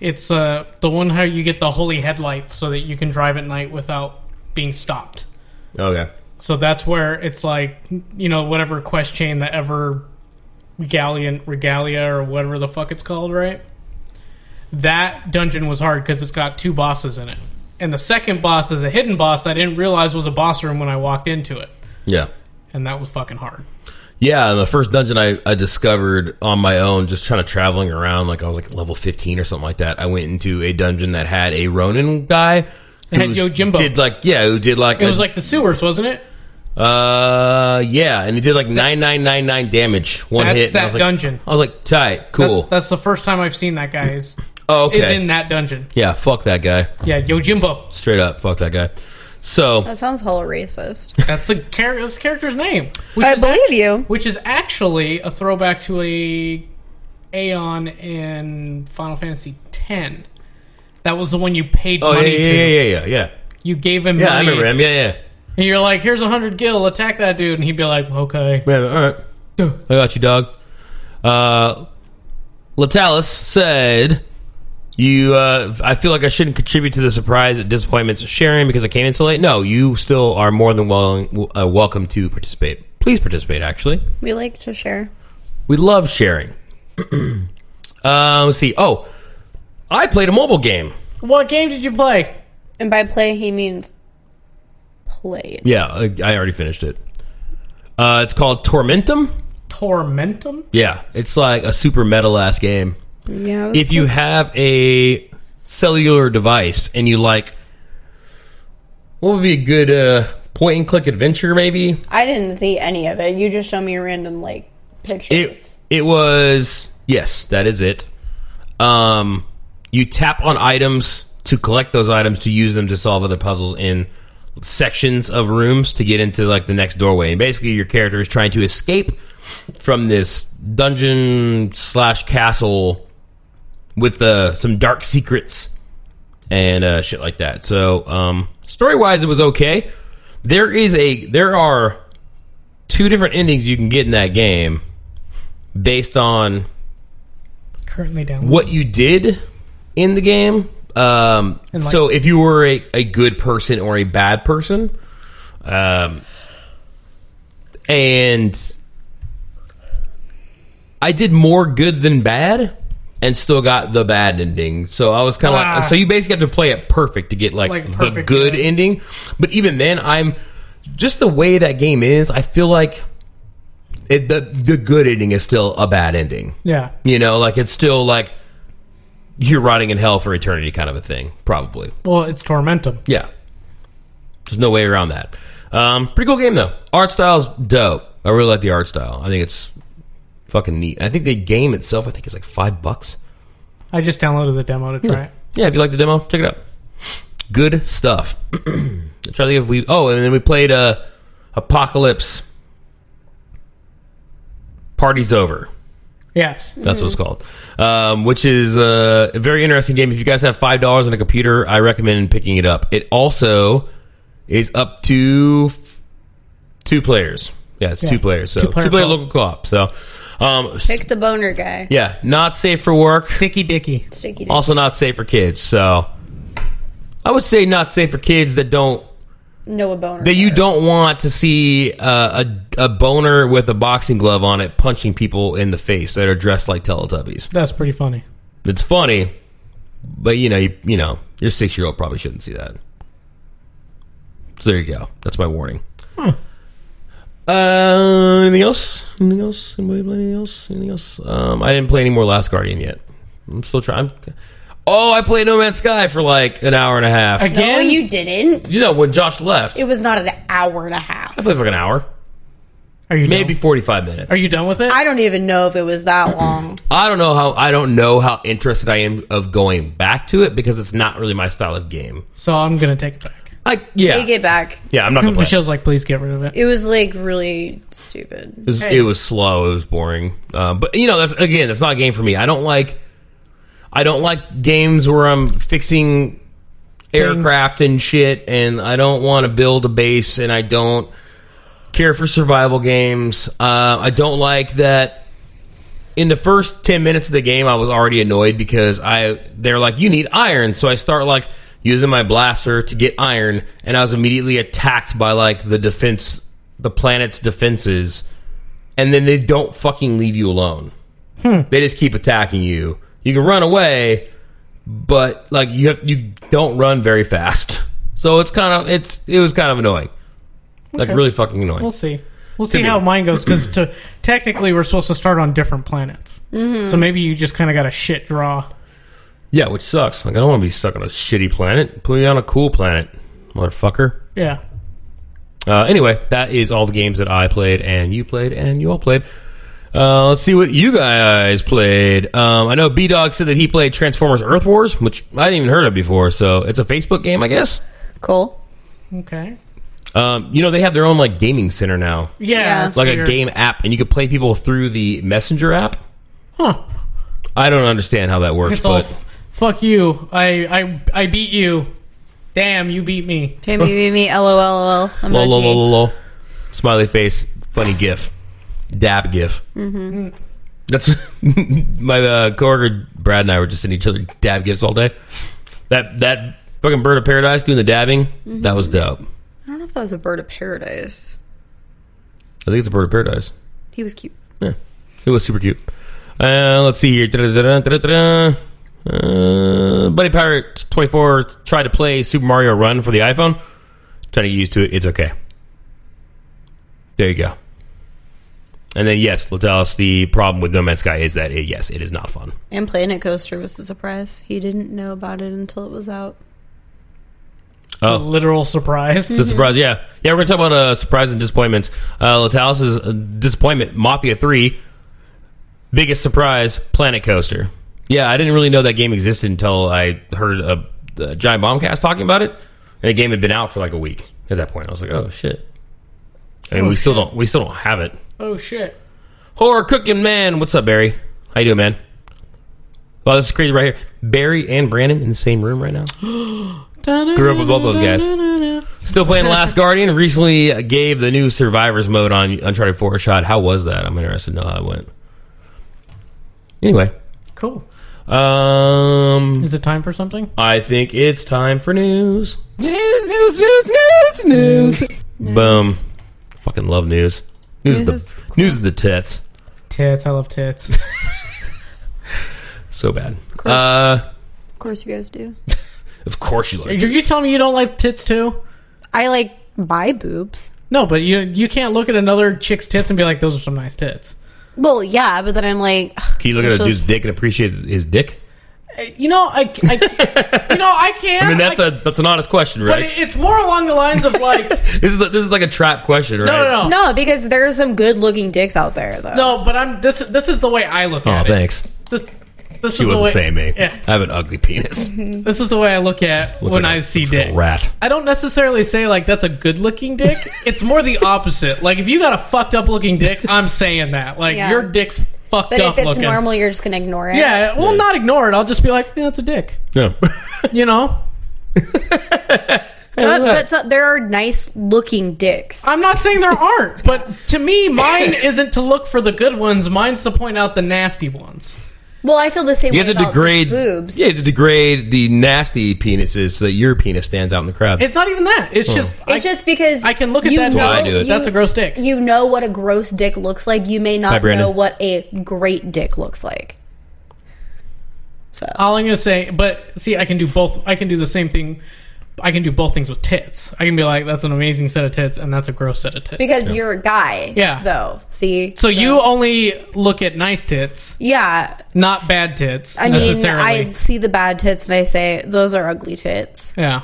S2: it's uh, the one how you get the holy headlights so that you can drive at night without being stopped
S1: Okay.
S2: so that's where it's like you know whatever quest chain the ever galleon regalia or whatever the fuck it's called right that dungeon was hard because it's got two bosses in it and the second boss is a hidden boss i didn't realize was a boss room when i walked into it
S1: Yeah.
S2: and that was fucking hard.
S1: Yeah, and the first dungeon I, I discovered on my own, just kind of traveling around, like I was like level 15 or something like that. I went into a dungeon that had a Ronin guy.
S2: It had
S1: who's-
S2: Yojimbo.
S1: Did like, yeah, who did like.
S2: It
S1: a-
S2: was like the sewers, wasn't it?
S1: Uh, yeah, and he did like 9999 damage. One
S2: That's
S1: hit. and I
S2: that
S1: was like,
S2: dungeon.
S1: I was like, tight,
S2: That-
S1: cool.
S2: that's the first time I've seen that guy. Is,
S1: oh,
S2: is
S1: okay.
S2: in that dungeon.
S1: yeah, fuck that guy.
S2: Yeah, Yo Jimbo.
S1: Straight up, fuck that guy. So,
S3: That sounds hella racist.
S2: That's the character. That's the character's name. Which
S3: I
S2: is,
S3: believe you.
S2: which is actually a throwback to a Aeon in Final Fantasy X. That was the one you paid
S1: oh, yeah,
S2: money
S1: yeah,
S2: to.
S1: yeah, yeah, yeah, yeah.
S2: You gave him
S1: Yeah, I
S2: money.
S1: remember him. Yeah, yeah.
S2: And you're like, here's a hundred gil, attack that dude, and he'd be like, okay.
S1: Yeah, all right. I got you, dog. Uh, Latalis said, "You, uh, I feel like I shouldn't contribute to the surprise and disappointments of sharing because I came in so late. No, you still are more than well, uh, welcome to participate. Please participate. Actually,
S3: We like to share.
S1: we love sharing. (clears throat) uh, let's see. Oh, I played a mobile game.
S2: What game did you play?
S3: And by play, he means played.
S1: Yeah, I, I already finished it. Uh, it's called Tormentum.
S2: Tormentum?
S1: Yeah, it's like a super metal ass game."
S3: Yeah.
S1: if you have a cellular device and you like what would be a good uh, point and click adventure maybe
S3: I didn't see any of it. You just showed me random like
S1: it
S3: pictures.
S1: it was yes that is it um you tap on items to collect those items to use them to solve other puzzles in sections of rooms to get into like the next doorway and basically your character is trying to escape from this dungeon slash castle with uh, some dark secrets and uh, shit like that so um story wise it was okay there is a there are two different endings you can get in that game based on
S2: Currently down.
S1: what you did in the game. Um,
S2: And, like-
S1: so if you were a, a good person or a bad person, um, and I did more good than bad, and still got the bad ending. So I was kind of
S2: Ah.
S1: like, so you basically have to play it perfect to get like,
S2: Like,
S1: the
S2: perfect,
S1: good
S2: yeah.
S1: ending. But even then, I'm just the way that game is. I feel like it, the the good ending is still a bad ending.
S2: Yeah.
S1: You know, like it's still like you're rotting in hell for eternity kind of a thing, probably.
S2: Well, it's Tormentum.
S1: Yeah. There's no way around that. Um, pretty cool game though. Art style's dope. I really like the art style. I think it's fucking neat. I think the game itself I think is like five bucks.
S2: I just downloaded the demo to try it.
S1: Yeah, if you like the demo, check it out. Good stuff. (clears throat) Try to think if we oh, and then we played uh Apocalypse Party's Over.
S2: Yes.
S1: That's what it's called. Um, which is uh, a very interesting game. If you guys have five dollars on a computer, I recommend picking it up. It also is up to f- two players. Yeah, it's
S2: Yeah.
S1: two players. So two
S2: Two-player
S1: player,
S2: co-op.
S1: local co-op. So, um, s-
S3: Pick the boner guy.
S1: yeah, not safe for work.
S2: Sticky Dicky.
S3: Sticky dick.
S1: Also, not safe for kids. So, I would say not safe for kids that don't
S3: no a boner.
S1: that you
S3: guy.
S1: don't want to see uh, a a boner with a boxing glove on it punching people in the face that are dressed like Teletubbies.
S2: That's pretty funny.
S1: It's funny, but you know, you, you know, your six year old probably shouldn't see that. So there you go. That's my warning. Uh, anything else? Anything else? Anybody play anything else? Anything else? Um, I didn't play any more Last Guardian yet. I'm still trying. Oh, I played No Man's Sky for like an hour and a half.
S2: Again?
S3: No, you didn't.
S1: you know, when Josh left,
S3: It was not an hour and a
S1: I
S3: half.
S1: played for like an hour,
S2: Are you
S1: maybe
S2: Done?
S1: 45 minutes.
S2: Are you done with it?
S3: I don't even know if it was
S1: (clears throat)
S3: that long.
S1: I don't know how I don't know how interested I am of going back to it because it's not really my style of game.
S2: so I'm going to take it back.
S1: I yeah
S3: Take it back.
S1: yeah I'm not gonna play. it.
S2: Michelle's like, please get rid of it.
S3: It was like really stupid.
S1: It was, it was slow. It was boring. Uh, but you know, that's again, that's not a game for me. I don't like, I don't like games where I'm fixing aircraft and shit, and I don't want to build a base, and I don't care for survival games. Uh, I don't like that. In the first ten minutes of the game, I was already annoyed because I they're like, "You need iron," so I start like using my blaster to get iron, and I was immediately attacked by like the defense, the planet's defenses and then they don't fucking leave you alone.
S2: Hmm.
S1: They just keep attacking you. You can run away, but like you have you don't run very (laughs) fast. So it's kind of it's it was kind of annoying. Like
S2: Okay.
S1: really fucking annoying.
S2: We'll see. We'll see
S1: me.
S2: how mine goes because to, (clears throat) technically we're supposed to start on different planets. So maybe you just kind of got a shit draw.
S1: Yeah, which sucks. Like I don't want to be stuck on a shitty planet. Put me on a cool planet, motherfucker.
S2: Yeah.
S1: Uh, anyway, that is all the games that I played and you played and you all played. Uh, let's see what you guys played. Um, I know B Dog said that he played Transformers Earth Wars, which I hadn't even heard of before. So it's a Facebook game, I guess.
S3: Cool.
S2: Okay.
S1: Um, you know, they have their own like gaming center now,
S2: Yeah.
S3: Yeah.
S2: that's
S1: like a
S2: weird.
S1: game app, and you can play people through the Messenger app.
S2: Huh.
S1: I don't understand how that works,
S2: It's all
S1: but
S2: f- fuck you. I, I I beat you. Damn, you beat me.
S3: Can you give me
S1: (laughs)
S3: lol emoji?
S1: lol, lol, lol, lol, lol. smiley face, funny gif, dab gif. Mm-hmm. That's (laughs) my uh, coworker Brad and I were just sending each other dab gifs all day. That that fucking bird of paradise doing the dabbing, that was dope. I
S3: I don't know if that was a bird of paradise.
S1: think it's a bird of paradise.
S3: He was cute.
S1: Yeah, it was super cute. Uh, let's see here. Da-da-da-da, da-da-da-da. Uh, Buddy Pirate 24 tried to play Super Mario Run for the iPhone. Trying to get used to it. It's okay. There you go. And then, yes, Latalis, the problem with No Man's Sky is that, it, yes, it is not fun.
S3: And Planet Coaster was a surprise. He didn't know about it until it was out.
S1: Oh.
S2: A literal surprise.
S1: The surprise, yeah. Yeah, we're going to talk about uh, surprise and disappointments. Uh, Latalis' uh, disappointment, Mafia 3. Biggest surprise, Planet Coaster. Yeah, I didn't really know that game existed until I heard a, a Giant Bombcast talking about it. And the game had been out for like a week at that point. I was like, oh, shit. I mean,
S2: Oh,
S1: we still
S2: shit.
S1: don't we still don't have it.
S2: Oh shit.
S1: Horror Cooking Man. What's up, Barry? How you doing, man? Wow, this is crazy right here. Barry and Brandon in the same room right now. Grew up with both those guys. Still playing Last Guardian. Recently gave the new Survivors mode on Uncharted 4 a shot. How was that? I'm interested to know how it went. Anyway,
S2: Cool.
S1: um,
S2: Is it time for something?
S1: I think it's time for news. News, news, news, news, news. Boom. Fucking love news. News, is
S3: News is
S1: the news is the tits.
S2: Tits. I love tits. (laughs)
S1: So bad.
S3: course.
S1: Uh,
S3: Of course, you guys do.
S1: of course you
S2: Are
S1: like.
S2: you you telling me you don't like tits too?
S3: I like buy boobs.
S2: No, but you you can't look at another chick's tits and be like, those are some nice tits.
S3: Well, yeah, but then I'm like, (sighs) ugh,
S1: Can you look at a
S3: Shows-
S1: dude's dick and appreciate his dick?
S2: You know, I, I- you know, I
S1: (laughs)
S2: can.
S1: I mean, that's a that's an honest question,
S2: But
S1: right?
S2: it- it's more along the lines of
S1: (laughs)
S2: like,
S1: this is a, this is like a trap question, right?
S2: no, no, no,
S3: no, because there are some good looking dicks out there, though.
S2: Oh. no. But I'm this. This is the way I look
S1: Oh,
S2: at it.
S1: thanks.
S2: This, this
S1: She
S2: is the
S1: wasn't
S2: way,
S1: saying me.
S2: Yeah,
S1: eh? I have an ugly
S2: (laughs)
S1: penis.
S2: this is the way I look at when
S1: like
S2: I
S1: a-
S2: see
S1: looks like a
S2: dicks.
S1: rat.
S2: I don't necessarily say like that's a good
S1: (laughs)
S2: looking dick. it's more the opposite. Like if you got a fucked up looking dick, I'm saying that. Like
S3: Yeah.
S2: your dick's fucked
S3: but
S2: up
S3: if it's
S2: looking.
S3: normal, you're just gonna ignore it.
S2: yeah, well, not ignore it. I'll just be like, yeah, it's a dick.
S1: No.
S2: You know,
S3: but, but so, there are nice looking dicks.
S2: I'm not saying there aren't, but to me, mine isn't to look for the good ones. Mine's to point out the nasty ones.
S3: Well, I feel the same
S1: You
S3: way
S1: have to
S3: about
S1: degrade
S3: boobs.
S1: Yeah, you have to degrade the nasty penises so that your penis stands out in the crowd.
S2: It's not even that. It's just.
S3: It's
S2: I,
S3: just because
S2: I can look at
S3: you
S2: that. "Oh,
S3: know-
S1: That's why I do it.
S3: you-
S2: That's a gross dick.
S3: You know what a gross dick looks like. You may
S1: Hi,
S3: not
S1: Brandon.
S3: know what a great dick looks like. So
S2: All I'm gonna say, but see, I can do both. I can do the same thing. I can do both things with tits. I can be like, "That's an amazing set of tits," and "That's a gross set of tits."
S3: because you're a guy,
S2: Yeah.
S3: Though, see,
S2: so you only look at nice tits,
S3: yeah.
S2: not bad tits.
S3: I mean,
S2: necessarily.
S3: I see the bad tits and I say those are ugly tits. (laughs)
S2: yeah.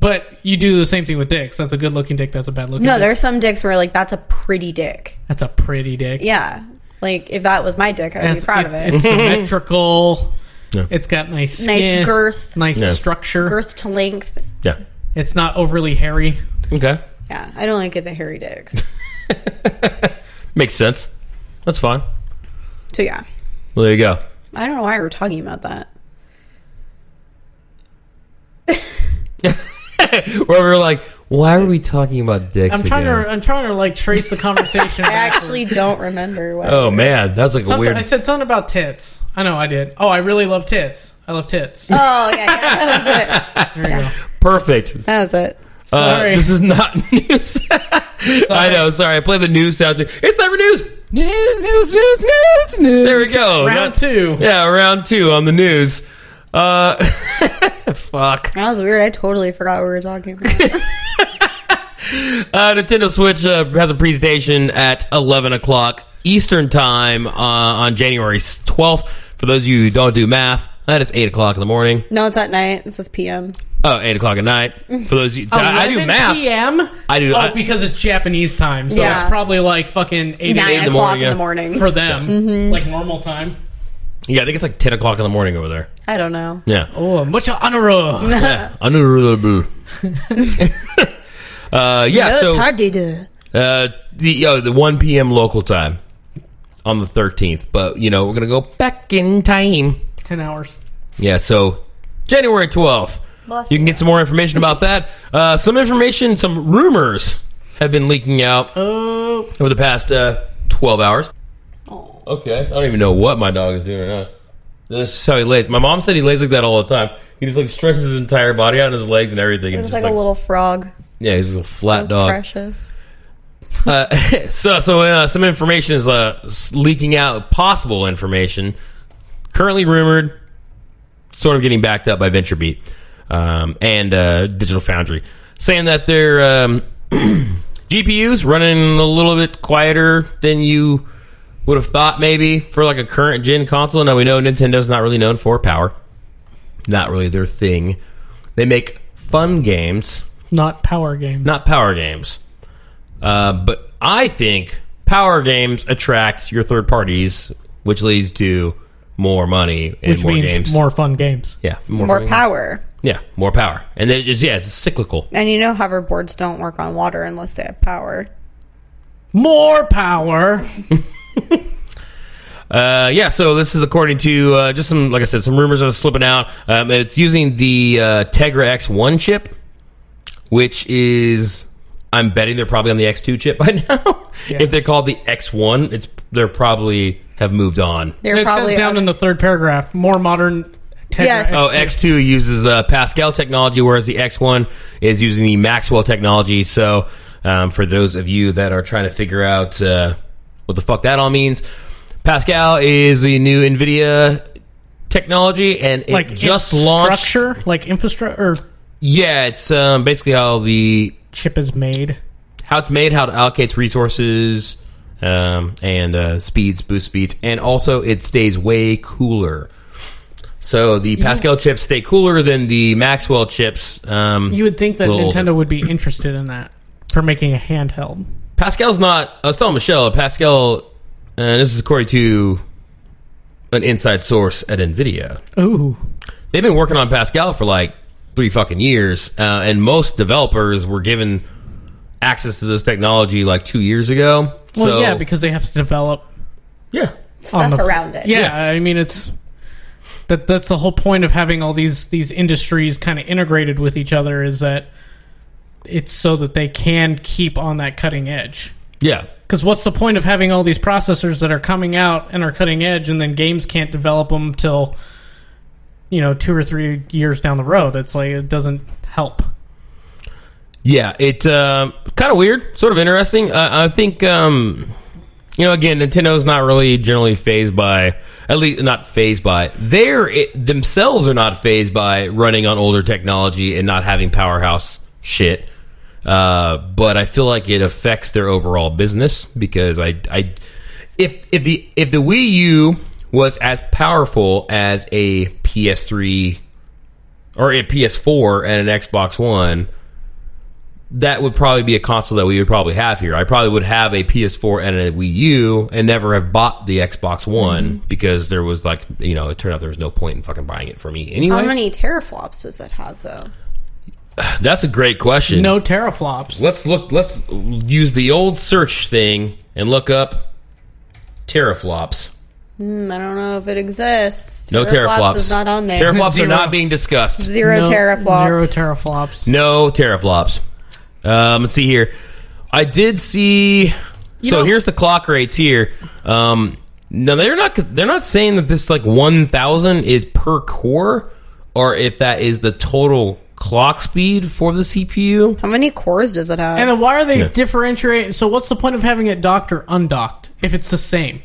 S2: but you do the same thing with dicks. That's a good looking dick. That's a bad looking.
S3: No,
S2: dick.
S3: there's some dicks where like that's a pretty dick.
S2: That's a pretty dick.
S3: Yeah, like if that was my dick, I'd be
S2: That's-
S3: proud of it. (laughs)
S2: It's symmetrical.
S1: Yeah.
S2: It's got nice
S3: Nice
S2: skin,
S3: girth,
S2: nice
S1: Yeah.
S2: structure.
S3: girth to length.
S1: yeah.
S2: It's not overly hairy.
S1: Okay.
S3: Yeah, I don't like it, the hairy dicks.
S1: Makes sense. That's fine.
S3: so yeah,
S1: Well, there you go. (laughs)
S3: I don't know why we're talking about that.
S1: Where we were like, why are we talking about dicks
S2: I'm trying
S1: again?
S2: to. I'm trying to like trace
S3: (laughs)
S2: the conversation.
S3: I actually don't remember what.
S1: oh man, that's like a
S2: Something,
S1: weird.
S2: I said something about tits. I know I did. Oh, I really love tits. I love tits.
S3: (laughs) Oh yeah, yeah, that was
S2: There you go.
S1: (laughs) Perfect.
S3: it. That was it.
S1: Uh,
S2: Sorry.
S1: this is not (laughs) news. I know. Sorry, I play the news soundtrack. It's never news. News, news, news, news, news. There we go.
S2: Round
S1: Not-
S2: two.
S1: Oh, Yeah, round two on the news. Uh, (laughs) fuck.
S3: That was weird. I totally forgot what we were talking about.
S1: Uh, Nintendo Switch uh, has a presentation at 11 o'clock Eastern Time uh, on January 12th. For those of you who don't do math, that is 8 o'clock in the morning.
S3: No, it's at night. It says PM.
S1: Oh, 8 o'clock at night. For those of
S2: Oh,
S1: you, so I, I do
S2: 11
S1: math.
S2: PM?
S1: I do-
S2: Oh,
S1: I-
S2: because it's Japanese time, so
S3: Yeah.
S2: it's probably like fucking eight
S3: Nine Mm-hmm.
S1: in the
S2: a.m.
S3: o'clock
S1: morning,
S3: in
S1: yeah.
S3: the morning.
S2: (laughs) for
S3: (laughs)
S2: them, like normal time.
S1: Yeah, I think it's like 10 o'clock in the morning over there.
S3: I don't know.
S1: Yeah.
S3: (laughs)
S2: Oh, much honor.
S1: yeah. Honorable. (laughs) uh, yeah,
S3: No,
S1: so.
S3: it's hard to do.
S1: Uh, the uh, the 1 p.m. local time on the 13th. But you know, we're gonna go back in time.
S2: Ten hours.
S1: Yeah, so January 12th.
S3: Bless
S1: you can get some more information about that. Uh, some information, some rumors have been leaking out
S2: Oh,
S1: over the past uh, 12 hours. Okay, I don't even know what my dog is doing right now. This is how he lays. My mom said he lays like that all the time. He just like stretches his entire body out, his legs and everything.
S3: It
S1: and
S3: was
S1: just,
S3: like a little frog.
S1: yeah, he's just a flat
S3: so
S1: dog.
S3: Precious.
S1: Uh, (laughs) so, so uh, some information is uh, s- leaking out. Possible information, currently rumored, sort of getting backed up by VentureBeat um, and uh, Digital Foundry, saying that their um, (clears throat) GPUs running a little bit quieter than you would have thought, maybe for like a current gen console. Now we know Nintendo's not really known for power, not really their thing. They make fun games
S2: not power game.
S1: not power games. Uh, but I think power games attract your third parties, which leads to more money and
S2: which
S1: more
S2: means
S1: games.
S2: more fun games.
S1: yeah,
S3: More
S1: fun-
S3: power.
S1: Yeah, more power, and then it just yeah, it's cyclical.
S3: And you know hoverboards don't work on water unless they have power.
S2: More power.
S1: Uh, yeah, so this is according to uh, just some, like I said, some rumors that are slipping out. Um, it's using the uh, Tegra X1 chip, which is, I'm betting they're probably on the X2 chip (laughs) by now.
S2: Yeah.
S1: if they're called the X1, it's they're probably have moved on.
S3: They're
S2: it
S3: probably
S2: says down in the third paragraph. More modern. Tegra
S3: Yes.
S1: Oh, X2 uses uh, Pascal technology, whereas the X1 is using the Maxwell technology. So, um, for those of you that are trying to figure out uh, what the fuck that all means, Pascal is the new NVIDIA technology, and it
S2: like
S1: just launched.
S2: structure, like infrastructure or
S1: Yeah, it's um, basically how the
S2: chip is made.
S1: how it's made, how it allocates resources, um, and uh, speeds, boost speeds, and also it stays way cooler. So the Pascal chips stay cooler than the Maxwell chips. Um,
S2: You would think that
S1: Little older.
S2: Nintendo would be interested in that for making a handheld.
S1: Pascal's not. I was telling Michelle Pascal, uh, and this is according to an inside source at Nvidia.
S2: Ooh,
S1: They've been working on Pascal for like three fucking years, uh, and most developers were given access to this technology like two years ago.
S2: well,
S1: so
S2: yeah, because they have to develop
S1: yeah,
S2: on
S3: stuff
S2: the-
S3: around it.
S2: Yeah, I mean it's that that's the whole point of having all these these industries kind of integrated with each other is that it's so that they can keep on that cutting edge.
S1: yeah.
S2: Because what's the point of having all these processors that are coming out and are cutting edge, and then games can't develop them till you know two or three years down the road? It's like it doesn't help.
S1: Yeah, it um, kind of weird, sort of interesting. Uh, I think um, you know, again, Nintendo's not really generally phased by at least not phased by. They're it, themselves are not phased by running on older technology and not having powerhouse shit. Uh, but I feel like it affects their overall business because I, I if if the if the Wii U was as powerful as a PS3 or a PS4 and an Xbox One, that would probably be a console that we would probably have here. I probably would have a PS4 and a Wii U and never have bought the Xbox One
S3: Mm-hmm.
S1: because there was like, you know, it turned out there was no point in fucking buying it for me anyway.
S3: How many teraflops does it have though?
S1: That's a great question.
S2: No teraflops.
S1: Let's look. Let's use the old search thing and look up teraflops.
S3: Hmm, I don't know if it exists.
S1: No teraflops.
S3: is not on there.
S1: Teraflops are
S2: Zero.
S1: not being discussed.
S3: (laughs) Zero
S2: No-
S3: teraflops.
S2: Zero teraflops.
S1: No teraflops. Um, let's see here. I did see. so
S2: know-
S1: here's the clock rates here. Um, no, they're not. They're not saying that this like 1,000 is per core, or if that is the total clock speed for the CPU.
S3: How many cores does it have?
S2: And then why are they
S1: Yeah.
S2: differentiating? So what's the point of having it docked or undocked if it's the same?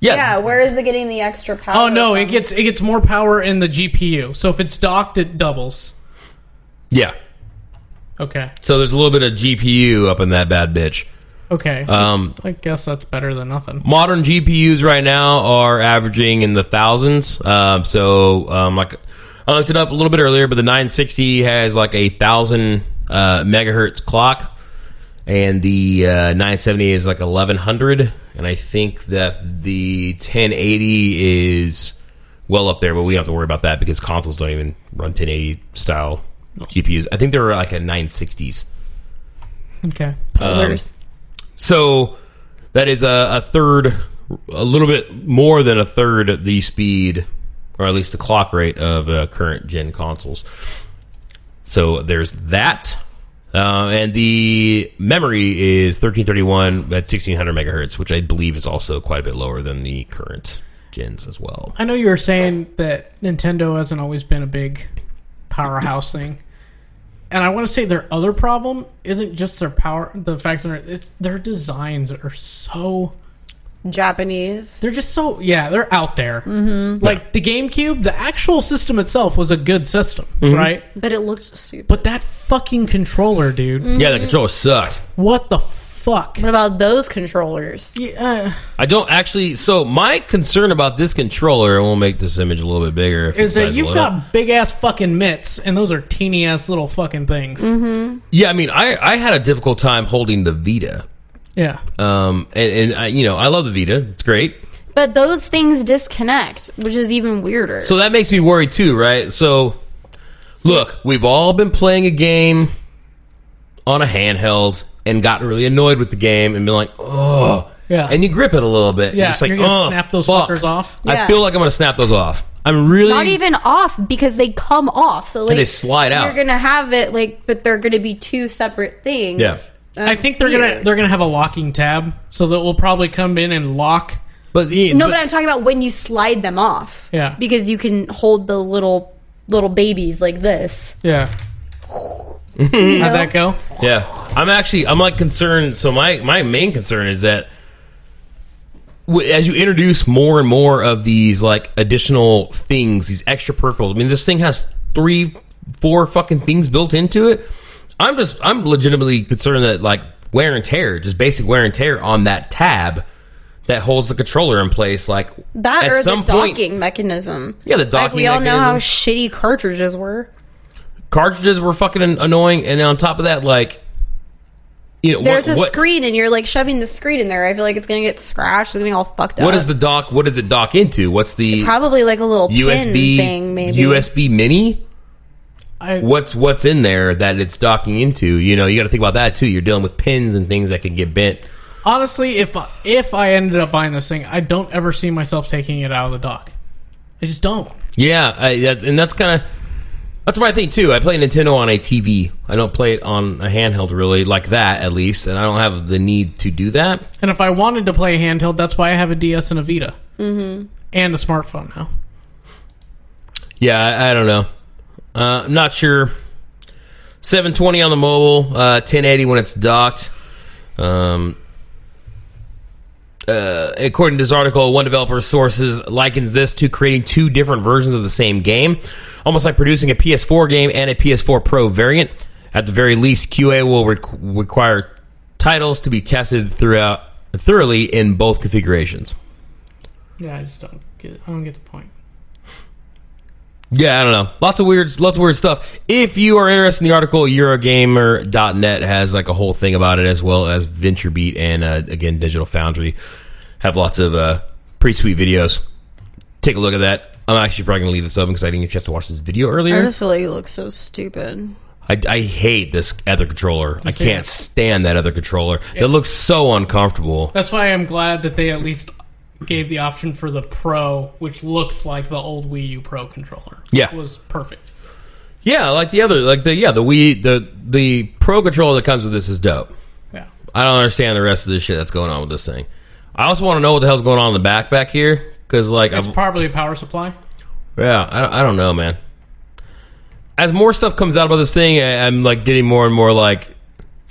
S1: Yeah.
S3: yeah, where is it getting the extra power?
S2: Oh no,
S3: from?
S2: it
S1: Um,
S2: gets it gets more power in the GPU. So if it's docked, it doubles.
S1: Yeah.
S2: Okay.
S1: So there's a little bit of GPU up in that bad bitch.
S2: Okay.
S1: Um,
S2: I guess that's better than nothing.
S1: modern GPUs right now are averaging in the thousands. Um, so, um, like, I looked it up a little bit earlier, but the 960 has like a thousand uh, megahertz clock, and the uh, 970 is like 1100, and I think that the 1080 is well up there, but we don't have to worry about that because consoles don't even run 1080 style GPUs. I think they're like a 960s.
S2: Okay.
S3: Posers.
S1: So that is a, a third, a little bit more than a third the speed, or at least the clock rate of uh, current gen consoles. So there's that. Uh, and the memory is 1331 at 1600 megahertz, which I believe is also quite a bit lower than the current gens as well.
S2: I know you were saying that Nintendo hasn't always been a big powerhouse thing. And I want to say their other problem isn't just their power, the fact that it's, their designs are so
S3: Japanese.
S2: They're just so yeah, they're out there. Mm-hmm. Like the GameCube, the actual system itself was a good system, right?
S3: But it looks stupid.
S2: But that fucking controller, dude,
S1: Yeah, the controller sucked.
S2: what the fuck?
S3: What about those controllers?
S2: Yeah, uh,
S1: I don't actually. So my concern about this controller, and we'll make this image a little bit bigger. If
S2: is
S1: it
S2: that
S1: size a
S2: you've
S1: little-
S2: got big ass fucking mitts, and those are teeny ass little fucking things.
S1: Yeah, I mean, I I had a difficult time holding the Vita.
S2: Yeah,
S1: Um, and, and I, you know, I love the Vita. It's great.
S3: But those things disconnect, which is even weirder.
S1: So that makes me worried too, right? So, look, we've all been playing a game on a handheld and got really annoyed with the game and been like, oh.
S2: Yeah.
S1: And you grip it a little bit.
S2: Yeah,
S1: You're just like,
S2: you're gonna
S1: "Oh,
S2: snap those
S1: fuck."
S2: fuckers off.
S1: I
S3: Yeah.
S1: feel like I'm going to snap those off. I'm really.
S3: not even off because they come off. So like
S1: they slide out.
S3: You're gonna have it like, but they're gonna be two separate things. Um,
S1: Yeah.
S2: I think they're gonna
S3: Weird.
S2: they're gonna have a locking tab, so that we'll probably come in and lock.
S1: But, the-
S3: No,
S1: but-
S3: but I'm talking about when you slide them off.
S2: Yeah.
S3: Because you can hold the little little babies like this.
S2: Yeah, how'd that go?
S1: Yeah, I'm actually I'm like concerned. So my my main concern is that w- as you introduce more and more of these like additional things, these extra peripherals. I mean, this thing has three, four fucking things built into it. I'm just I'm legitimately concerned that like wear and tear, just basic wear and tear on that tab that holds the controller in place. Like
S3: That
S1: at
S3: or
S1: some
S3: the
S1: point-
S3: docking mechanism.
S1: Yeah, the
S3: Like we
S1: docking
S3: all know how
S1: mechanism.
S3: shitty cartridges were.
S1: cartridges were fucking an- annoying, and on top of that, like. You know,
S3: There's
S1: what,
S3: a
S1: what-
S3: screen and you're like shoving the screen in there. I feel like it's gonna get scratched. It's gonna be all fucked up.
S1: What is the dock? What does it dock into? What's the
S3: probably like a little
S1: USB
S3: pin thing? Maybe
S1: USB mini?
S2: I,
S1: What's what's in there that it's docking into? You know, you got to think about that too. You're dealing with pins and things that can get bent.
S2: Honestly, if if I ended up buying this thing, I don't ever see myself taking it out of the dock. I just don't.
S1: Yeah, I, that's, and that's kind of that's my thing too. I play Nintendo on a TV. I don't play it on a handheld really like that at least, and I don't have the need to do that.
S2: And if I wanted to play handheld, that's why I have a DS and a Vita, mm-hmm. and a smartphone now.
S1: Yeah, I, I don't know. Uh, I'm not sure. 720 on the mobile, uh, 1080 when it's docked. Um, uh, according to this article, one developer sources likens this to creating two different versions of the same game, almost like producing a PS4 game and a PS4 Pro variant. At the very least, QA will requ require titles to be tested throughout thoroughly in both configurations.
S2: Yeah, I just don't get. I don't get the point.
S1: Yeah, I don't know. Lots of weird, lots of weird stuff. If you are interested in the article, Eurogamer.net has like a whole thing about it, as well as VentureBeat and uh, again Digital Foundry have lots of uh, pretty sweet videos. Take a look at that. I'm actually probably gonna leave this open because I didn't get a chance to watch this video
S3: I
S1: earlier.
S3: just feel like you look so stupid.
S1: I, I hate this other controller. I
S2: think
S1: can't
S2: it's-
S1: stand that other controller. It looks so uncomfortable.
S2: That's why I'm glad that they at least gave the option for the Pro, which looks like the old Wii U Pro controller.
S1: Yeah.
S2: It was perfect.
S1: Yeah, like the other, like the yeah, the Wii, the the Pro controller that comes with this is dope.
S2: Yeah.
S1: I don't understand the rest of this shit that's going on with this thing. I also want to know what the hell's going on in the back back here because, like,
S2: It's
S1: I've,
S2: probably a power supply.
S1: yeah, I, don't- I don't know, man. As more stuff comes out about this thing, I, I'm like getting more and more like,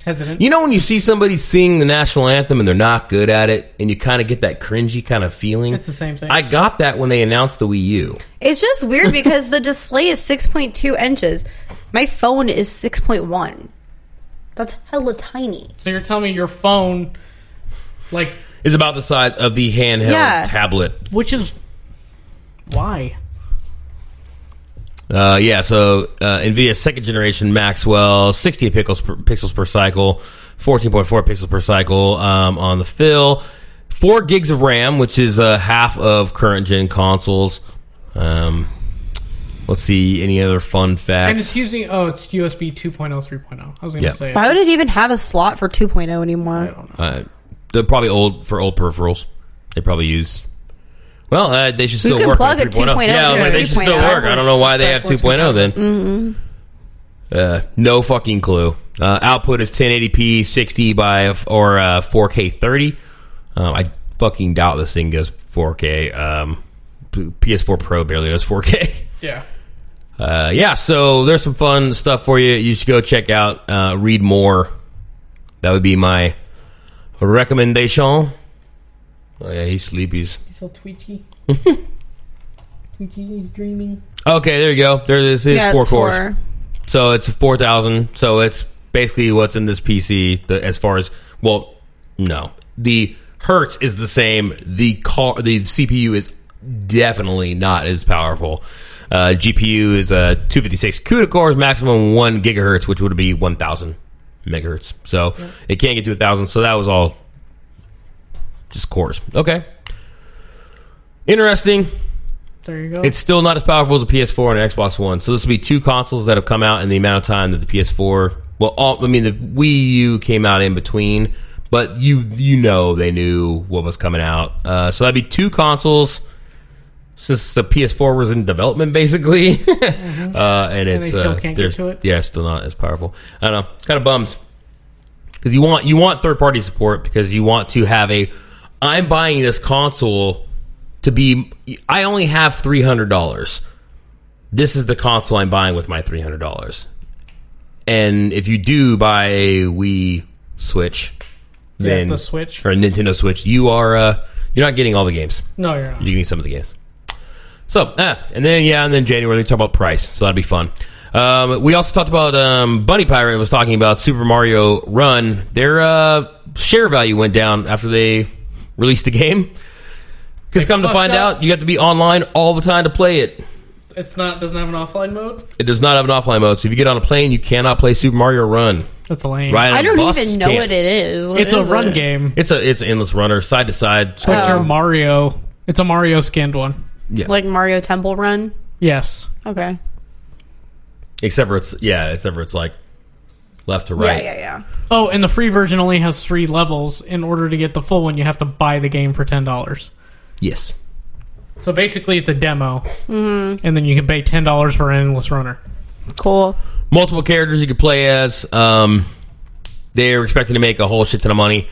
S2: Hesitant.
S1: you know, when you see somebody sing the national anthem and they're not good at it, and you kind of get that cringy kind of feeling.
S2: It's the same thing.
S1: I got that when they announced the Wii U.
S3: It's just weird because the display is 6.2 inches. My phone is 6.1. That's hella tiny.
S2: So you're telling me your phone, like,
S1: It's about the size of the handheld
S3: Yeah.
S1: tablet.
S2: which is why?
S1: Uh, yeah, so uh, NVIDIA's second generation Maxwell, 60 pixels per, pixels per cycle, 14.4 pixels per cycle um, on the fill, 4 gigs of RAM, which is uh, half of current gen consoles. Um, let's see, any other fun
S2: And it's
S1: facts?
S2: using oh, it's USB 2.0, 3.0. oh. I was gonna
S1: Yeah.
S2: say
S3: Why would it even have a slot for 2.0
S2: I
S3: anymore?
S2: don't know.
S1: Uh, they're probably old for old peripherals. They probably use. Well, uh, they should
S3: You
S1: still
S3: can
S1: work.
S3: plug
S1: with
S3: a 2.0
S1: oh. Yeah, I was
S2: to
S1: like,
S2: a
S1: they should still
S3: 3.0.
S1: work. I don't know why they have
S2: Backwards
S1: 2.0 then. Mm-hmm. Uh, no fucking clue. Uh, output is 1080p 60 by or uh, 4K 30. Um, I fucking doubt this thing goes 4K. Um, PS4 Pro barely does (laughs) 4K.
S2: Yeah.
S1: Uh, yeah, so there's some fun stuff for you. You should go check out, uh, read more. That would be my recommendation. Oh yeah, he's sleepies.
S2: He's so
S1: (laughs)
S2: twitchy. twitchy, he's dreaming.
S1: Okay, there you go. There it is. His
S3: yeah,
S1: four
S3: it's
S1: cores.
S3: for
S1: So it's four thousand. So it's basically what's in this PC. The, as far as well, no, the hertz is the same. The car, the CPU is definitely not as powerful. Uh, GPU is uh, 256 CUDA cores, maximum one gigahertz, which would be 1,000 megahertz. So it can't get to 1,000. So that was all just cores. Okay, interesting.
S2: There you go.
S1: It's still not as powerful as a PS4 and an Xbox One. So this will be two consoles that have come out in the amount of time that the PS4. Well, all, I mean the Wii U came out in between, but you you know they knew what was coming out. Uh, so that'd be two consoles since the PS4 was in development basically, (laughs) uh, and it's
S2: Mm-hmm. still
S1: uh,
S2: can't get
S1: there's-
S2: to it?
S1: Yeah, it's still not as powerful. I don't know. Kind of bums because you want you want third party support because you want to have a I'm buying this console to be I only have three hundred dollars. This is the console I'm buying with my three hundred dollars. And if you do buy a Wii Switch,
S2: Yeah,
S1: then
S2: the Switch.
S1: or a Nintendo Switch, you are uh, you're not getting all the games.
S2: No, you're not.
S1: You can get some of the games. So, ah, and then yeah, and then January they talk about price, so that'd be fun. Um, we also talked about um, Bunny Pirate was talking about Super Mario Run. Their uh, share value went down after they released the game. Because come to
S2: fucked
S1: find
S2: up.
S1: out, you have to be online all the time to play it.
S2: It's not. Doesn't have an offline mode.
S1: It does not have an offline mode, so if you get on a plane, you cannot play Super Mario Run.
S2: That's lame.
S1: Right?
S3: I don't even know what it is. What
S2: It's a
S3: is
S2: run
S3: it?
S2: game. Um,
S1: It's a it's an endless runner, side to side.
S2: But your
S3: Oh.
S2: Mario. It's a Mario skinned one.
S3: Like Mario Temple Run.
S2: Yes.
S3: Okay.
S1: Except for it's yeah, except for it's like left to right.
S3: Yeah, yeah, yeah.
S2: Oh, and the free version only has three levels. In order to get the full one, you have to buy the game for ten dollars.
S1: Yes.
S2: So basically, it's a demo, and then you can pay ten dollars for an endless runner.
S3: Cool.
S1: multiple characters you could play as. Um, they're expecting to make a whole shit ton of money.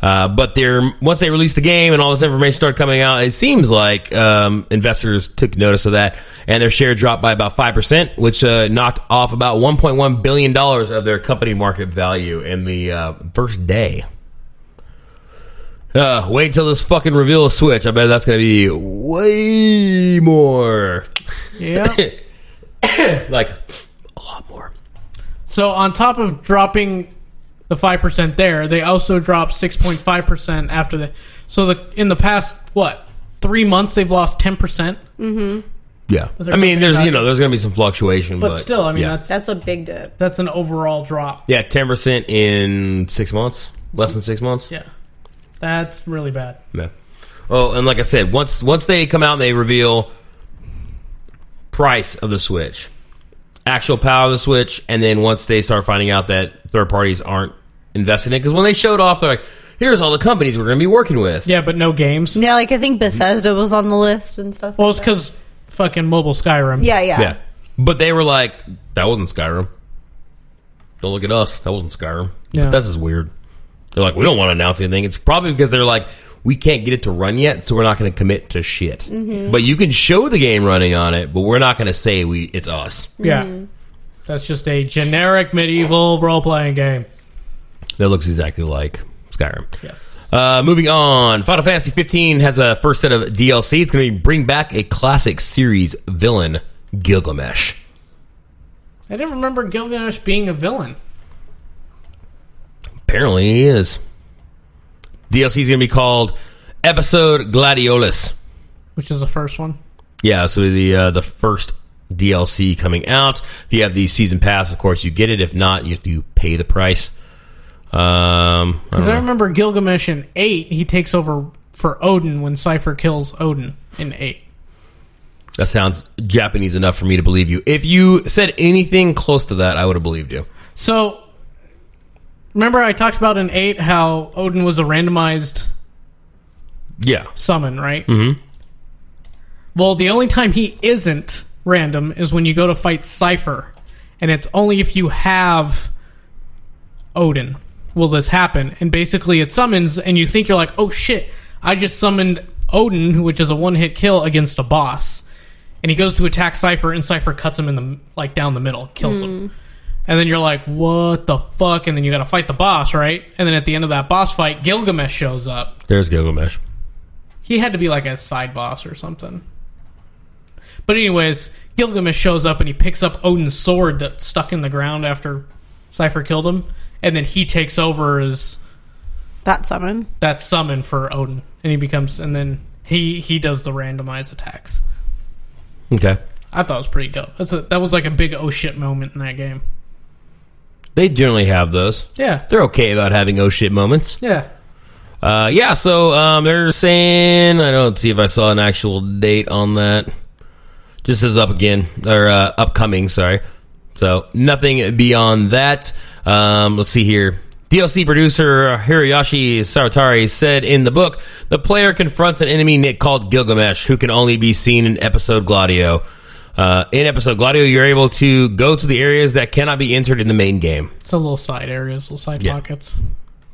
S1: Uh, but they're once they released the game and all this information started coming out, it seems like um, investors took notice of that, and their share dropped by about five percent, which uh, knocked off about 1.1 billion dollars of their company market value in the uh, first day. Uh, wait until this fucking reveal of Switch. I bet that's going to be way more,
S2: Yeah.
S1: (laughs) (coughs) like a lot more.
S2: So on top of dropping the five percent there, they also dropped six point five percent after the. So the in the past what three months they've lost ten percent,
S1: Yeah,
S2: there
S1: I mean,
S2: company
S1: there's you
S2: value?
S1: know, there's gonna be some fluctuation, but,
S2: but, still, I mean
S1: yeah.
S2: that's
S3: That's a big dip.
S2: that's an overall drop.
S1: yeah, ten percent in six months, less than six months.
S2: Yeah, that's really bad.
S1: Yeah. Oh, and like I said, once once they come out and they reveal price of the Switch, actual power of the Switch, and then once they start finding out that third parties aren't investing in it, because when they showed off, they're like, "Here's all the companies we're gonna be working with."
S2: Yeah, but no games.
S3: Yeah, like I think Bethesda was on the list and stuff.
S2: Well, it's because fucking mobile Skyrim.
S3: yeah, yeah,
S1: Yeah. But they were like, that wasn't Skyrim. Don't look at us. That wasn't Skyrim.
S2: Yeah.
S1: But that's just weird. They're like, we don't want to announce anything. It's probably because they're like, we can't get it to run yet, so we're not going to commit to shit. But you can show the game running on it, but we're not going to say we it's us.
S2: Yeah. Hmm. That's just a generic medieval role playing game.
S1: That looks exactly like Skyrim.
S2: Yes.
S1: Uh, moving on, Final Fantasy 15 has a first set of DLC. It's going to bring back a classic series villain, Gilgamesh.
S2: I didn't remember Gilgamesh being a villain.
S1: Apparently he is. DLC's going to be called Episode Gladiolus.
S2: which is the first one.
S1: Yeah, so the uh, the first DLC coming out. If you have the season pass, of course you get it. If not, you have to pay the price. Um, I don't
S2: Because I
S1: know.
S2: remember Gilgamesh in eight, he takes over for Odin when Cipher kills Odin in eight.
S1: That sounds Japanese enough for me to believe you. If you said anything close to that, I would have believed you.
S2: So remember I talked about in eight how Odin was a randomized
S1: Yeah.
S2: summon, right? Mm-hmm. Well, the only time he isn't random is when you go to fight Cypher. And it's only if you have Odin will this happen. And basically, it summons, and you think you're like, oh shit, I just summoned Odin, which is a one hit kill against a boss. And he goes to attack Cypher, and Cypher cuts him in the like down the middle, kills him. And then you're like, what the fuck? And then you gotta fight the boss, right? And then at the end of that boss fight, Gilgamesh shows up
S1: There's Gilgamesh.
S2: he had to be like a side boss or something. But anyways, Gilgamesh shows up and he picks up Odin's sword that's stuck in the ground after Cipher killed him, and then he takes over as
S3: That summon.
S2: that summon for Odin, and he becomes and then he he does the randomized attacks.
S1: Okay.
S2: I thought it was pretty dope. That's a, that was like a big oh shit moment in that game.
S1: They generally have those.
S2: Yeah,
S1: They're okay about having oh shit moments.
S2: yeah.
S1: Uh, yeah, so um, they're saying I don't see if I saw an actual date on that. Just says up again or uh, upcoming. Sorry. So nothing beyond that. Um, let's see here. DLC producer Hiroyashi Saratari said in the book, the player confronts an enemy Nick called Gilgamesh, who can only be seen in episode Gladio. Uh, in episode Gladio, you're able to go to the areas that cannot be entered in the main game.
S2: It's a little side areas, little side
S1: Yeah.
S2: pockets.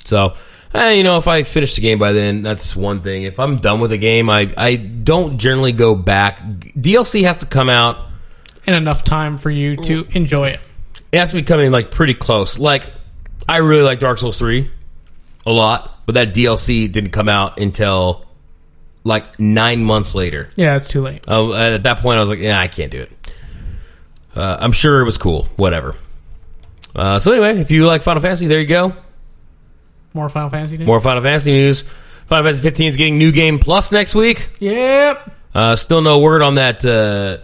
S1: So, eh, you know, if I finish the game by then, that's one thing. If I'm done with the game, I, I don't generally go back. DLC has to come out.
S2: And enough time for you to enjoy it.
S1: It has to be coming like pretty close. Like, I really like Dark Souls three a lot, but that DLC didn't come out until like nine months later.
S2: Yeah, it's too late.
S1: Oh, at that point, I was like, yeah, I can't do it. Uh, I'm sure it was cool. Whatever. Uh, so anyway, if you like Final Fantasy, there you go.
S2: More Final Fantasy news.
S1: More Final Fantasy news. Final Fantasy 15 is getting New Game Plus next week.
S2: Yep.
S1: Uh, still no word on that uh,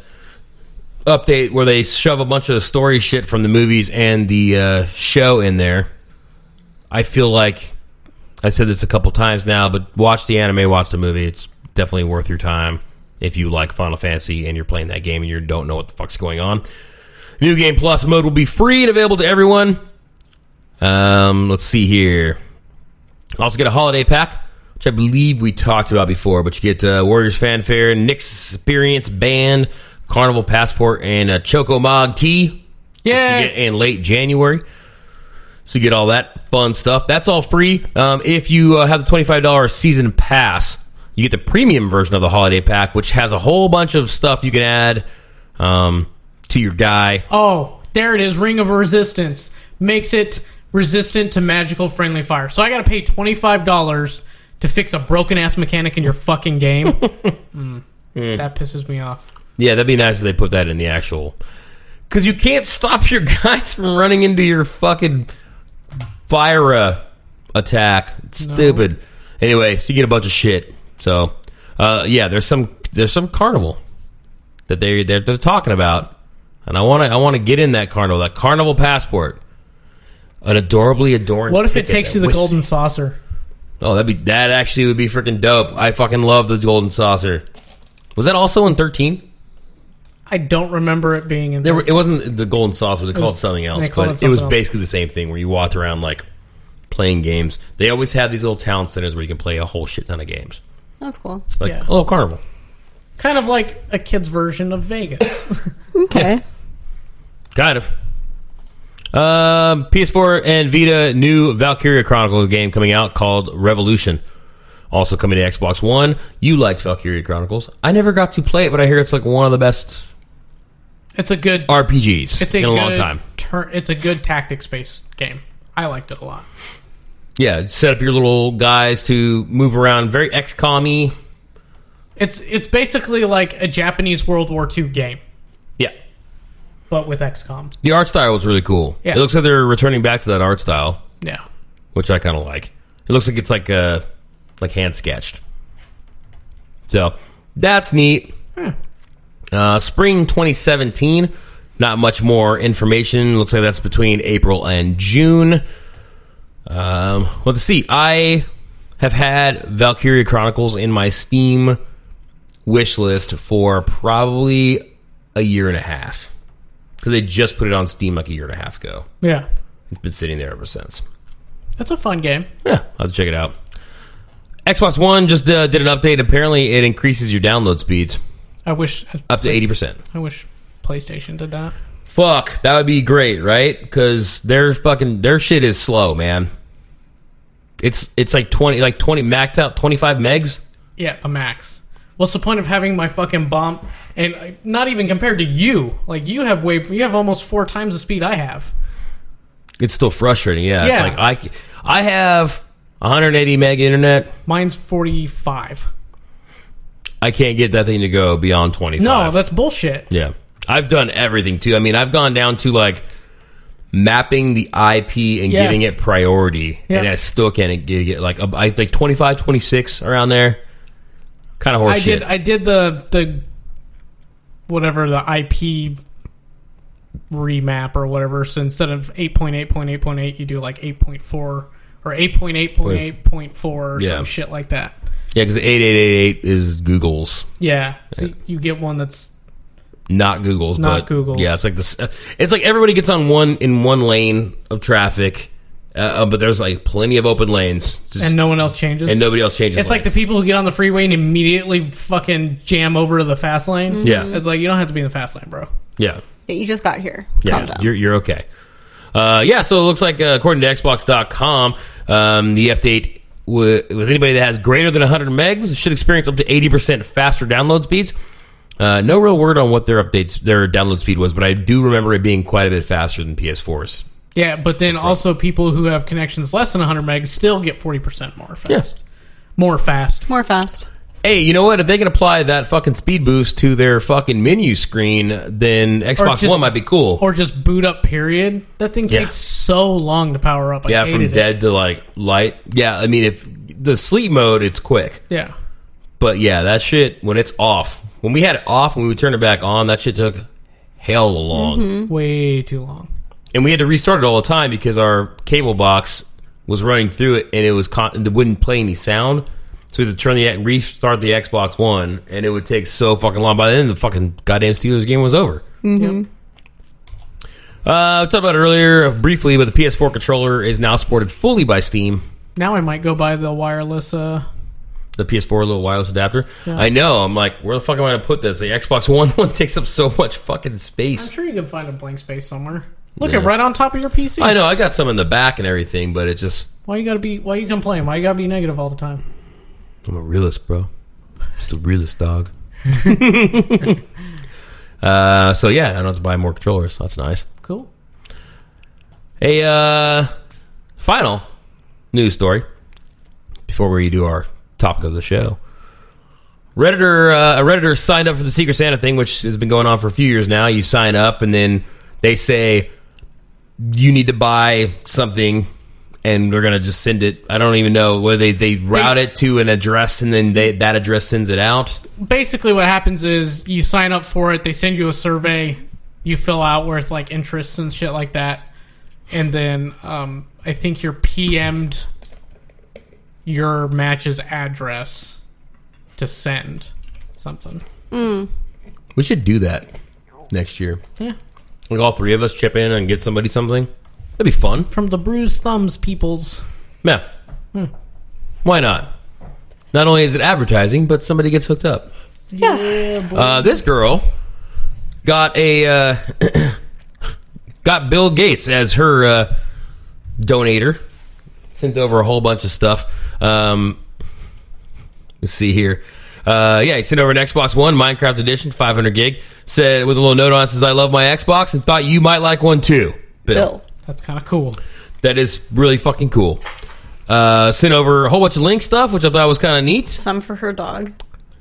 S1: update where they shove a bunch of story shit from the movies and the uh, show in there. I feel like I said this a couple times now, but watch the anime, watch the movie. It's definitely worth your time if you like Final Fantasy and you're playing that game and you don't know what the fuck's going on. New Game Plus mode will be free and available to everyone. Um, let's see here. Also get a holiday pack, which I believe we talked about before, but you get uh, Warriors Fanfare, Nick's Experience Band, Carnival Passport, and a Choco Mog Tea
S2: Yeah.
S1: you get in late January. So you get all that fun stuff. That's all free. Um, if you uh, have the $25 season pass, you get the premium version of the holiday pack, which has a whole bunch of stuff you can add um, to your guy.
S2: Oh, there it is. Ring of Resistance makes it resistant to magical friendly fire. So I got to pay twenty five dollars to fix a broken ass mechanic in your fucking game.
S1: (laughs)
S2: mm,
S1: Hmm.
S2: That pisses me off.
S1: Yeah, that'd be nice if they put that in the actual. Because you can't stop your (laughs) guys from running into your fucking Fyra attack. It's
S2: No.
S1: stupid. Anyway, so you get a bunch of shit. So, uh, yeah, there's some there's some carnival that they they're, they're talking about, and I want to I want to get in that carnival that carnival passport, an adorably adorned.
S2: What if it
S1: ticket
S2: takes
S1: that
S2: you the
S1: whis-
S2: golden saucer?
S1: Oh, that'd be that actually would be freaking dope. I fucking love the golden saucer. Was that also in thirteen?
S2: I don't remember it being in
S1: There
S2: there.
S1: were, it wasn't the golden saucer. They called it something else,
S2: they called
S1: but
S2: it
S1: it, was
S2: something else.
S1: basically the same thing where you walked around like playing games. They always have these little town centers where you can play a whole shit ton of games.
S3: That's cool.
S1: It's like
S2: Yeah.
S1: a little carnival.
S2: kind of like a kid's version of
S1: (coughs)
S2: Vegas.
S3: Okay.
S1: Kind of. Um, PS4 and Vita new Valkyria Chronicle game coming out called Revolution. Also coming to Xbox One. You liked Valkyria Chronicles. I never got to play it, but I hear it's like one of the best
S2: it's a good.
S1: RPGs
S2: It's a
S1: in a
S2: good
S1: long time.
S2: Tur- it's a good tactics based game. I liked it a lot.
S1: Yeah, set up your little guys to move around. Very XCOM y.
S2: It's it's basically like a Japanese World War II game,
S1: Yeah.
S2: but with XCOM.
S1: The art style was really cool.
S2: Yeah.
S1: It looks like they're returning back to that art style.
S2: Yeah.
S1: which I kind of like. It looks like it's like uh like hand sketched. So that's neat. Uh, spring 2017. Not much more information. Looks like that's between April and June. Um, let's see. I have had Valkyria Chronicles in my Steam wish list for probably a year and a half because they just put it on Steam like a year and a half ago.
S2: Yeah.
S1: It's been sitting there ever since.
S2: That's a fun game.
S1: Yeah, I'll have to check it out. Xbox One just uh, did an update. Apparently, it increases your download speeds
S2: I wish
S1: up to 80%.
S2: I wish PlayStation did that.
S1: Fuck, that would be great, right? Because their fucking their shit is slow, man. It's it's like twenty, like twenty maxed out, twenty five megs.
S2: Yeah, the max. What's the point of having my fucking bomb? And I- not even compared to you. Like you have way you have almost four times the speed I have.
S1: It's still frustrating. Yeah,
S2: Yeah.
S1: it's like I c- I have 180 meg internet.
S2: Mine's forty five.
S1: I can't get that thing to go beyond 25.
S2: No, that's bullshit.
S1: Yeah. I've done everything too. I mean, I've gone down to like mapping the IP and
S2: Yes.
S1: giving it priority, and
S2: Yeah.
S1: I still can't get get, like ab- I like 25, 26 around there. Kind of horseshit.
S2: I did I did the the whatever the IP remap or whatever. So instead of eight point eight point eight point eight, you do like eight point four or eight point eight point eight point four or
S1: Yeah.
S2: some shit like that.
S1: yeah, because 8888 is Google's,
S2: Yeah, so you get one that's
S1: not Google's,
S2: Not
S1: but
S2: Google's.
S1: Yeah, it's like this. uh, It's like everybody gets on one in one lane of traffic, uh, uh, but there's like plenty of open lanes, just,
S2: and no one else changes.
S1: and nobody else changes.
S2: It's like the
S1: lanes.
S2: people who get on the freeway and immediately fucking jam over to the fast lane.
S1: Yeah.
S2: It's like you don't have to be in the fast lane, bro.
S1: yeah.
S3: Yeah, you just got here. Calm
S1: Yeah,
S3: down.
S1: you're, you're okay. Uh, yeah, so it looks like, uh, according to Xbox.com, um, the update w- with anybody that has greater than 100 megs should experience up to 80% faster download speeds. Uh, no real word on what their updates, their download speed was, but I do remember it being quite a bit faster than PS4's.
S2: Yeah, but then also people who have connections less than 100 megs still get 40% more fast.
S1: Yeah.
S2: More fast.
S3: More fast.
S1: Hey, you know what? If they can apply that fucking speed boost to their fucking menu screen, then Xbox
S2: just-
S1: One might be cool.
S2: Or just boot up, period. That thing
S1: Yeah.
S2: takes so long to power up. I
S1: yeah,
S2: hated
S1: from
S2: it.
S1: dead to like light. Yeah, I mean, if the sleep mode, it's quick.
S2: Yeah.
S1: But yeah, that shit when it's off. When we had it off, when we would turn it back on, that shit took hell long,
S2: Mm-hmm. Way too long.
S1: and we had to restart it all the time because our cable box was running through it, and it was con- it wouldn't play any sound. So we had to turn the restart the Xbox One, and it would take so fucking long. By then, the fucking goddamn Steelers game was over.
S2: Yep.
S1: Uh, we talked about it earlier briefly, but the PS4 controller is now supported fully by Steam.
S2: Now I might go buy the wireless. Uh,
S1: the PS4 little wireless adapter.
S2: Yeah.
S1: I know. I'm like, where the fuck am I going to put this? The Xbox (laughs) One one takes up so much fucking
S2: I'm
S1: space.
S2: sure you can find a blank space somewhere. Look
S1: Yeah.
S2: at right on top of your PC.
S1: I know. I got some in the back and everything, but it's just
S2: Why you gotta be? Why you complain? Why you gotta be negative all the time?
S1: I'm a realist, bro. It's the realist dog. uh, so yeah, I don't have to buy more controllers. That's nice.
S2: Cool.
S1: Hey, uh, final news story before we do our topic of the show. Redditor, uh, a Redditor signed up for the Secret Santa thing, which has been going on for a few years now. You sign up, and then they say you need to buy something, and we're gonna just send it. I don't even know whether they, they route it to an address, and then they, that address sends it out.
S2: basically what happens is you sign up for it they send you a survey you fill out where it's like interests and shit like that and then um, i think you're pm'd your match's address to send something
S1: We should do that next year.
S2: yeah
S1: Like all three of us chip in and get somebody something. That'd be fun.
S2: from the bruised thumbs peoples
S1: Yeah. Hmm. Why not? Not only is it advertising, but somebody gets hooked up.
S3: Yeah.
S1: Uh, this girl got a uh, (coughs) got Bill Gates as her uh, donator. Sent over a whole bunch of stuff. Um, let's see here. Uh, yeah, he sent over an Xbox One Minecraft Edition, 500 gig. Said with a little note on it says, "I love my Xbox and thought you might like one too."
S3: Bill.
S2: that's kind of cool
S1: That is really fucking cool. Uh, sent over a whole bunch of Link stuff, which I thought was kind of neat.
S3: Some for her dog.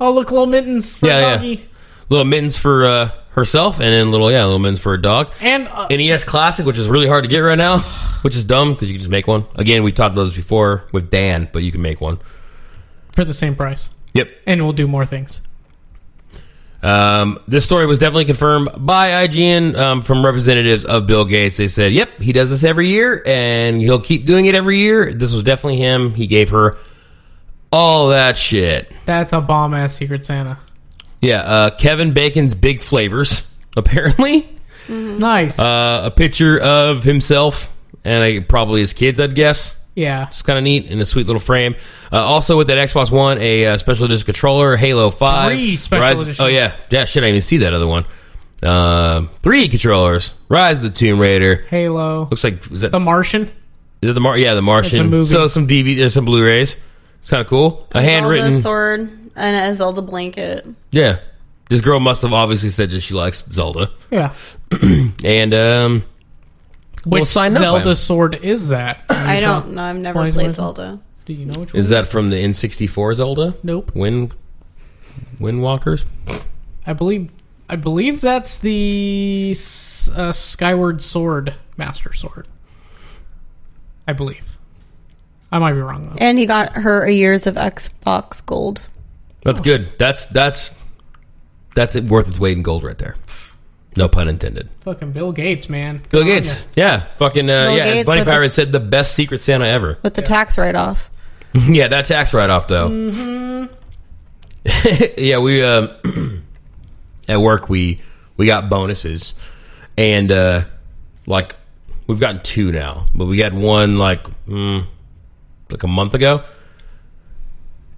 S2: oh look little mittens for
S1: Yeah, yeah.
S2: doggy
S1: little mittens for uh, herself, and then little yeah, little mittens for a dog.
S2: And uh,
S1: NES Classic, which is really hard to get right now, which is dumb because you can just make one. Again, we talked about this before with Dan, but you can make one.
S2: for the same price,
S1: Yep.
S2: and we'll do more things.
S1: Um, this story was definitely confirmed by IGN um, from representatives of Bill Gates. They said, "Yep, he does this every year, and he'll keep doing it every year." This was definitely him. He gave her all that shit.
S2: That's a bomb ass Secret Santa.
S1: Yeah, uh, Kevin Bacon's big flavors apparently.
S2: Nice.
S1: Uh, a picture of himself and I, probably his kids, I'd guess.
S2: yeah.
S1: It's kind of neat in a sweet little frame. Uh, also with that Xbox One, a uh, special edition controller, Halo Five,
S2: Three special
S1: Rise-
S2: editions.
S1: Oh yeah, yeah. Shit, I didn't even see that other one. Um, three controllers, Rise of the Tomb Raider.
S2: Halo.
S1: Looks like is that
S2: The Martian.
S1: is that the Mar- yeah the Martian.
S2: It's a movie.
S1: So some DVD, uh, some Blu-rays. It's kind of cool. A handwritten,
S3: Zelda sword and a Zelda blanket.
S1: yeah. This girl must have obviously said that she likes Zelda,
S2: Yeah.
S1: and um,
S2: Which
S1: Well, sign up,
S2: Zelda
S1: man.
S2: sword
S1: (coughs)
S2: is that?
S3: I don't know. I've never
S2: Why is
S3: played
S2: it-
S3: Zelda.
S2: Do you know which one?
S1: is that from the N64 Zelda?
S2: Nope.
S1: Wind, Windwalkers.
S2: I believe. I believe that's the s- uh, Skyward Sword Master Sword. I believe. I might be wrong though.
S3: And he got her a years of Xbox Gold.
S1: That's good. That's that's that's it worth its weight in gold right there. No pun intended.
S2: Fucking Bill Gates, man.
S1: Bill
S2: Come on
S1: Gates.
S2: ya.
S1: Yeah. Fucking uh,
S3: Bill
S1: yeah.
S3: Gates
S1: Bunny
S3: with the-
S1: Pirate said the best Secret Santa ever. (laughs)
S3: with the tax write off.
S1: yeah, that tax write off though. (laughs) yeah, we um, (clears throat) at work we we got bonuses, and uh, like we've gotten two now, but we got one like mm, like a month ago,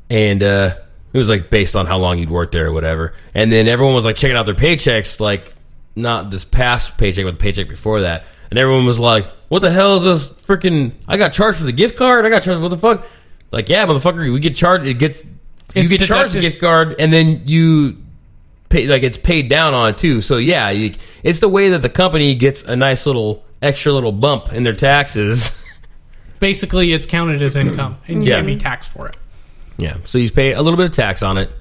S1: and uh, it was like based on how long you'd worked there or whatever. And then everyone was like checking out their paychecks, like not this past paycheck, but the paycheck before that. And everyone was like, "What the hell is this freaking? I got charged for the gift card. I got charged. What the fuck? Like, yeah, motherfucker, we get charged. It gets you
S2: It's
S1: get charged the
S2: deducted.
S1: gift card, and then you pay like it's paid down on too. So yeah, you, it's the way that the company gets a nice little extra little bump in their taxes. (laughs)
S2: Basically, it's counted as income, and you
S1: Yeah.
S2: can be taxed for it.
S1: Yeah, so you pay a little bit of tax on it.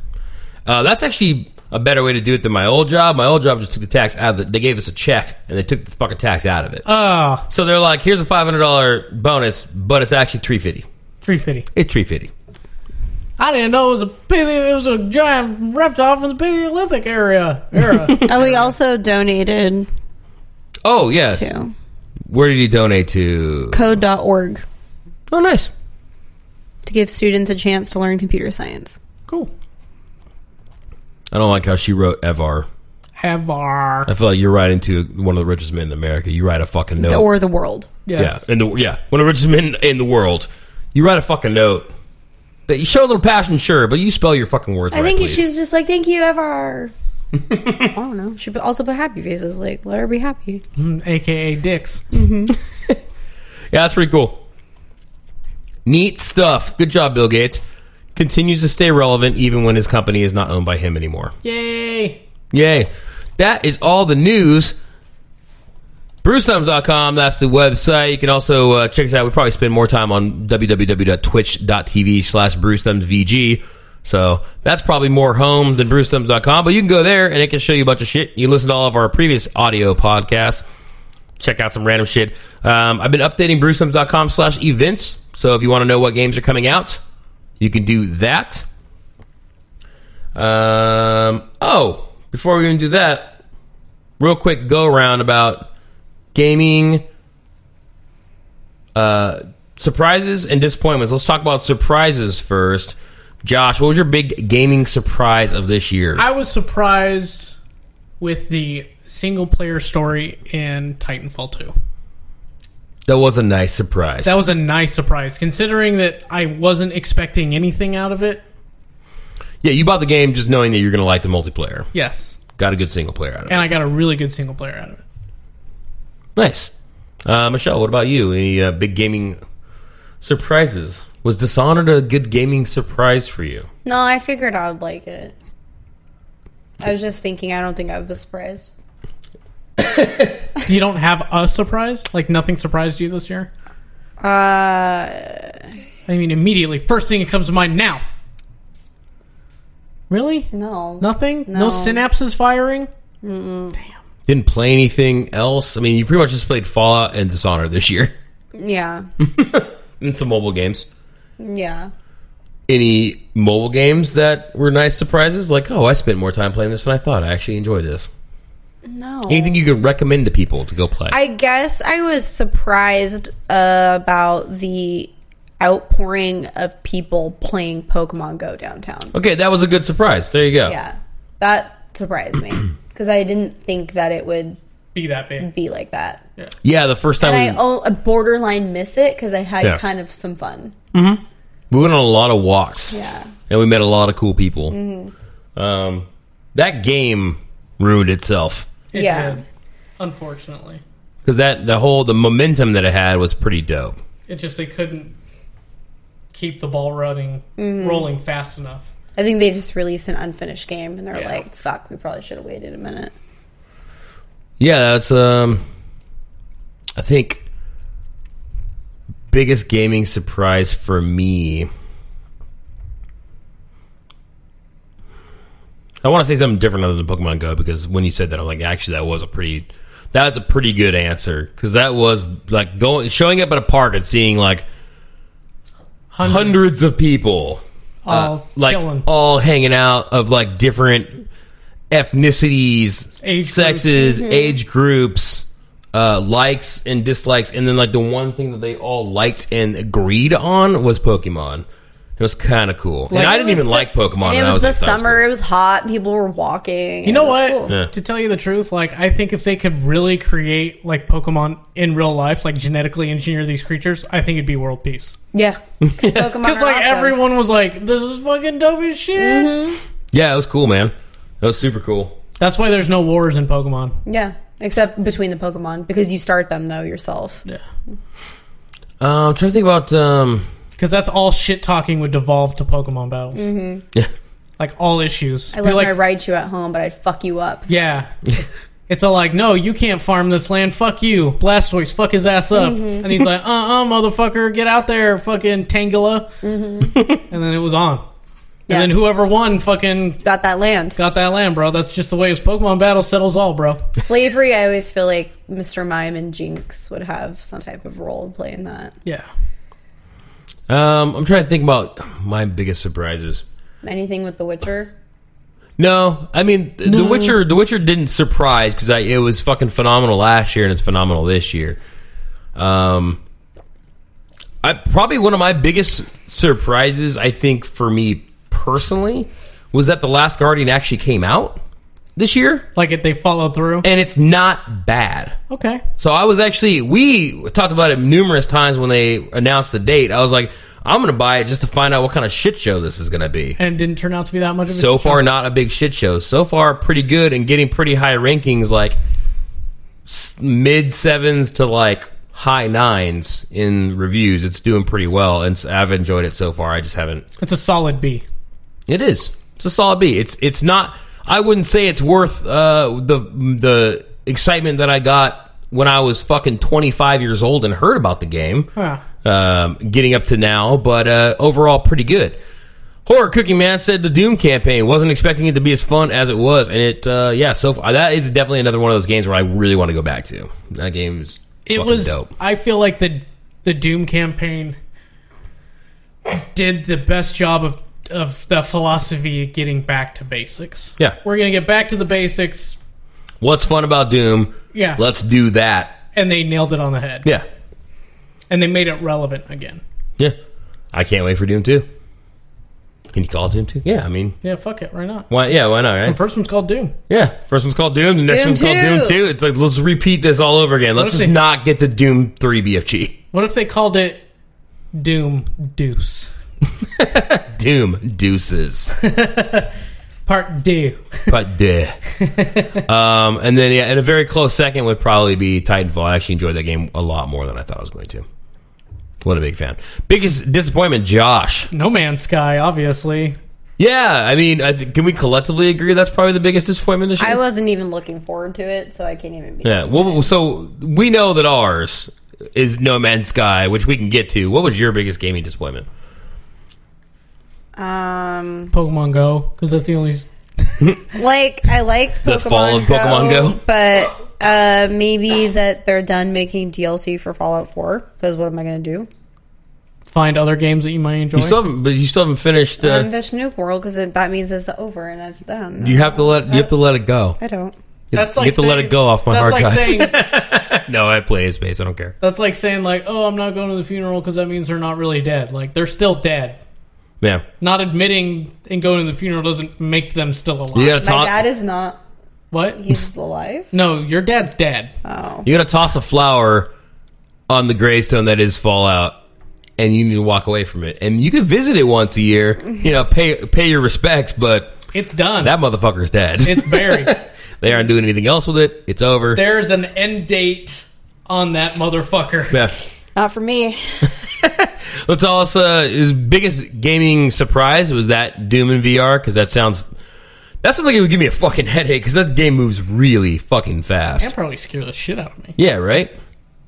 S1: Uh, that's actually a better way to do it than my old job. My old job just took the tax out of the. They gave us a check and they took the fucking tax out of it.
S2: Ah,
S1: so they're like, "Here's a five hundred dollar bonus, but it's actually three fifty.
S2: three fifty.
S1: It's three fifty.
S2: I didn't know it was a paleo, it was a giant reptile from the Paleolithic area. Era.
S1: (laughs)
S3: And we also donated
S1: Oh yes.
S3: to
S1: Where did he donate to?
S3: code.org
S1: Oh, nice.
S3: to give students a chance to learn computer science.
S2: cool.
S1: I don't like how she wrote Evar.
S2: Evar.
S1: I feel like you're right into one of the richest men in America. You write a fucking note.
S3: Or the world.
S2: Yes.
S1: Yeah, in the yeah, one of the richest men in the world. You write a fucking note that you show a little passion, sure, but you spell your fucking words.
S3: I
S1: right,
S3: think
S1: please.
S3: she's just like, thank you, Evar. I don't know. She put- also put happy faces. Like, let her be happy.
S2: Mm, AKA dicks.
S1: Yeah, that's pretty cool. Neat stuff. Good job, Bill Gates. Continues to stay relevant even when his company is not owned by him anymore.
S2: Yay.
S1: Yay. That is all the news. BruceThumbs.com, that's the website. You can also uh, check us out. We probably spend more time on www.twitch.tv slash BruceThumbsVG. So that's probably more home than BruceThumbs.com, but you can go there and it can show you a bunch of shit. You listen to all of our previous audio podcasts check out some random shit. Um, I've been updating brewsums.com slash events. So if you want to know what games are coming out, you can do that. Um, oh, before we even do that, real quick go around about gaming uh, surprises and disappointments. Let's talk about surprises first. Josh, what was your big gaming surprise of this year?
S2: I was surprised with the single player story in Titanfall 2.
S1: that was a nice surprise.
S2: That was a nice surprise, considering that I wasn't expecting anything out of it.
S1: yeah, you bought the game just knowing that you're going to like the multiplayer.
S2: Yes.
S1: Got a good single player out of it.
S2: And I got a really good single player out of it. (laughs)
S1: Nice. Uh, Michelle, what about you? Any uh, big gaming surprises? Was Dishonored a good gaming surprise for you?
S3: No, I figured I would like it. I was just thinking, I don't think I would be surprised.
S2: You don't have a surprise? Like, nothing surprised you this year?
S3: Uh,
S2: I mean, immediately. First thing that comes to mind now Really?
S3: No.
S2: Nothing? No,
S3: No.
S2: synapses firing?
S1: Didn't play anything else. I mean, you pretty much just played Fallout and Dishonored this year. (laughs)
S3: Yeah.
S1: And some mobile games.
S3: Yeah.
S1: Any mobile games that were nice surprises? Like, oh, I spent more time playing this than I thought. I actually enjoyed this.
S3: No.
S1: Anything you could recommend to people to go play?
S3: I guess I was surprised uh, about the outpouring of people playing Pokemon Go downtown.
S1: okay, that was a good surprise. There you go.
S3: Yeah. That
S1: (clears throat)
S3: surprised me because I didn't think that it would
S2: Be that big.
S3: be like that.
S1: Yeah, the first time
S3: And
S1: we,
S3: I o- borderline miss it because I had
S1: Yeah.
S3: kind of some fun.
S1: we went on a lot of walks.
S3: Yeah.
S1: and we met a lot of cool people. Um, that game ruined itself
S2: It
S3: Yeah.
S2: did, Unfortunately.
S1: because that the whole the momentum that it had was pretty dope.
S2: It just, they couldn't keep the ball running,
S3: Mm-hmm.
S2: rolling fast enough.
S3: I think they just released an unfinished game and they're
S2: Yeah.
S3: like, fuck, we probably should have waited a minute.
S1: Yeah, that's um, I think biggest gaming surprise for me. I want to say something different other than Pokemon Go because when you said that, I'm like, actually, that was a pretty, that's a pretty good answer because that was like going showing up at a park and seeing like
S2: Hundred,
S1: hundreds of people
S2: all
S1: like oh,
S2: chilling.
S1: all hanging out of like different ethnicities
S2: Age
S1: sexes
S3: Mm-hmm.
S1: age groups uh, likes and dislikes and then like the one thing that they all liked and agreed on was pokemon it was kind of cool and i
S3: It
S1: didn't
S3: was
S1: even
S3: the-
S1: like pokemon
S3: and
S1: when
S3: it
S1: I
S3: was,
S1: in
S3: the
S1: high
S3: summer. It was hot. People were walking.
S2: You know what?
S1: Yeah.
S2: To tell you the truth, like I think if they could really create like Pokemon in real life, like genetically engineer these creatures, I think it'd be world peace.
S3: Yeah.
S1: (laughs)
S3: Because Pokemon
S2: Because
S3: are
S2: like
S3: awesome. Mm-hmm.
S2: everyone was like, "This is fucking dope as shit."
S1: school. yeah it was cool man it was super cool
S2: That's why there's no wars in Pokemon.
S3: Yeah. Except between the Pokemon because you start them though yourself.
S2: Yeah.
S1: uh, i'm trying to think about um, (laughs)
S2: Because that's all shit talking would devolve to Pokemon battles.
S1: yeah
S2: Like all issues.
S3: Mm-hmm. I love
S2: like,
S3: my Raichu at home, but I'd fuck you up.
S1: (laughs)
S2: Yeah. It's all like, no, you can't farm this land. Fuck you, Blastoise. Fuck his ass up.
S1: Mm-hmm.
S2: And he's like, uh, uh, motherfucker, get out there, fucking Tangela.
S1: Mm-hmm.
S2: (laughs) and then it was on.
S3: Yeah.
S2: And then whoever won, fucking
S3: Got that land.
S2: got that land, bro. That's just the way it's Pokemon battle settles
S1: (laughs)
S2: all, bro.
S3: Slavery, I always feel like Mr. Mime and Jinx would have some type of role to play in that.
S2: Yeah.
S1: um, i'm trying to think about my biggest surprises
S3: Anything with The Witcher?
S1: No, I mean th- The Witcher. The Witcher didn't surprise because it was fucking phenomenal last year and it's phenomenal this year. Um, I probably one of my biggest surprises, I think, for me personally, was that The Last Guardian actually came out this year,
S2: Like it, they follow through.
S1: and it's not bad.
S2: Okay.
S1: So I was actually we talked about it numerous times when they announced the date. I was like, I'm gonna buy it just to find out what kind of shit show this is gonna be
S2: And it didn't turn out to be that much of a
S1: so
S2: shit show.
S1: far not a big shit show so far pretty good and getting pretty high rankings like s- mid sevens to like high nines in reviews it's doing pretty well and s- i've enjoyed it so far i just haven't
S2: It's a solid B.
S1: it is it's a solid b it's it's not i wouldn't say it's worth uh the the excitement that i got when i was fucking 25 years old and heard about the game
S2: Huh.
S1: um, getting up to now, but uh, overall pretty good. Horror Cookie Man said the Doom campaign wasn't expecting it to be as fun as it was, and it uh, yeah, so far, that is definitely another one of those games where I really want to go back to. That game is
S2: it
S1: fucking
S2: was
S1: dope.
S2: i feel like the the doom campaign did the best job of of the philosophy of getting back to basics
S1: Yeah.
S2: we're gonna get back to the basics
S1: What's fun about Doom?
S2: yeah
S1: Let's do that.
S2: and they nailed it on the head
S1: Yeah,
S2: and they made it relevant again
S1: yeah. I can't wait for Doom two. Can you call it Doom two? Yeah, I mean,
S2: yeah fuck it why not
S1: why? Yeah, why not?
S2: the
S1: Right?
S2: first one's called doom
S1: Yeah, first one's called Doom. The next
S3: Doom
S1: one's called Doom
S3: 2.
S1: two. It's like let's repeat this all over again. Let's
S2: Let's
S1: just
S2: see.
S1: not get to Doom three BFG.
S2: what if they called it doom deuce
S1: Doom deuces.
S2: part two
S1: but duh. um, and then yeah, and a very close second would probably be Titanfall. I actually enjoyed that game a lot more than I thought I was going to. What a big fan. Biggest disappointment, Josh.
S2: no man's sky obviously
S1: Yeah, I mean, I th- can we collectively agree that's probably the biggest disappointment this year?
S3: I wasn't even looking forward to it, so I can't even be.
S1: yeah. Well, so we know that ours is No Man's Sky, which we can get to. What was your biggest gaming disappointment?
S3: Um,
S2: Pokemon Go because that's the only.
S3: like I like Pokemon
S1: The fall of Pokemon Go.
S3: but uh, maybe that they're done making DLC for Fallout Four. Because what am I going to do?
S2: Find other games that you might enjoy.
S1: You still haven't, but you still haven't finished.
S3: I'm
S1: Uh,
S3: Vishnook World because that means it's the over and it's done.
S1: you have to let you have to let it go.
S3: I don't.
S2: That's
S1: you have to let it go off my
S2: that's
S1: hard
S2: like
S1: drive.
S2: Saying,
S1: (laughs) No, I play in space. I don't care.
S2: that's like saying like, oh, I'm not going to the funeral because that means they're not really dead. Like they're still dead.
S1: Yeah,
S2: Not admitting and going to the funeral doesn't make them still alive.
S1: you gotta
S3: My
S1: toss.
S3: dad is not.
S1: (laughs)
S2: What?
S3: He's alive.
S2: No, your dad's dead.
S3: Oh,
S1: you gotta toss a flower on the gravestone that is Fallout, and you need to walk away from it. And you can visit it once a year. You know, pay pay your respects, but
S2: It's done.
S1: that motherfucker's dead.
S2: (laughs) it's buried.
S1: (laughs) they aren't doing anything else with it. It's over.
S2: There's an end date on that motherfucker.
S1: Yeah.
S3: not for me.
S1: Well, tell us uh, his biggest gaming surprise was that Doom in VR because that sounds that sounds like it would give me a fucking headache because that game moves really fucking fast.
S2: (laughs) That probably scared the shit out of me.
S1: Yeah, right. I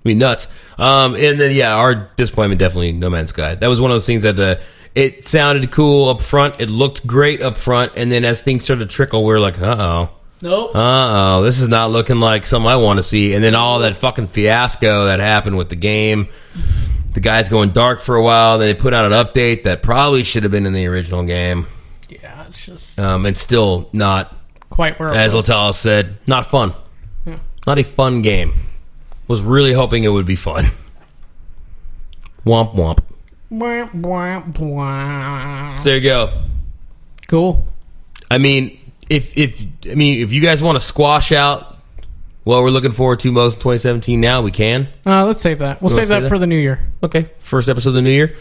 S1: mean, nuts. Um, and then yeah, our disappointment definitely No Man's Sky. That was one of those things that uh, it sounded cool up front, it looked great up front, and then as things started to trickle, we were like, uh oh.
S2: Nope.
S1: uh oh, this is not looking like something I want to see. And then all that fucking fiasco that happened with the game. The guy's going dark for a while. Then they put out an update that probably should have been in the original game.
S2: yeah, it's just
S1: Um, and still not,
S2: quite where it
S1: as
S2: was.
S1: Latal said, not fun. Not a fun game. Was really hoping it would be fun. Womp womp.
S2: Bwah, bwah, bwah.
S1: So there you go.
S2: Cool.
S1: I mean, if if I mean if you guys want to squash out what we're looking forward to most in 2017, now we can.
S2: Uh, let's save that. We'll
S1: You wanna
S2: save that,
S1: save
S2: for
S1: that?
S2: the new year.
S1: Okay, first episode of the new year,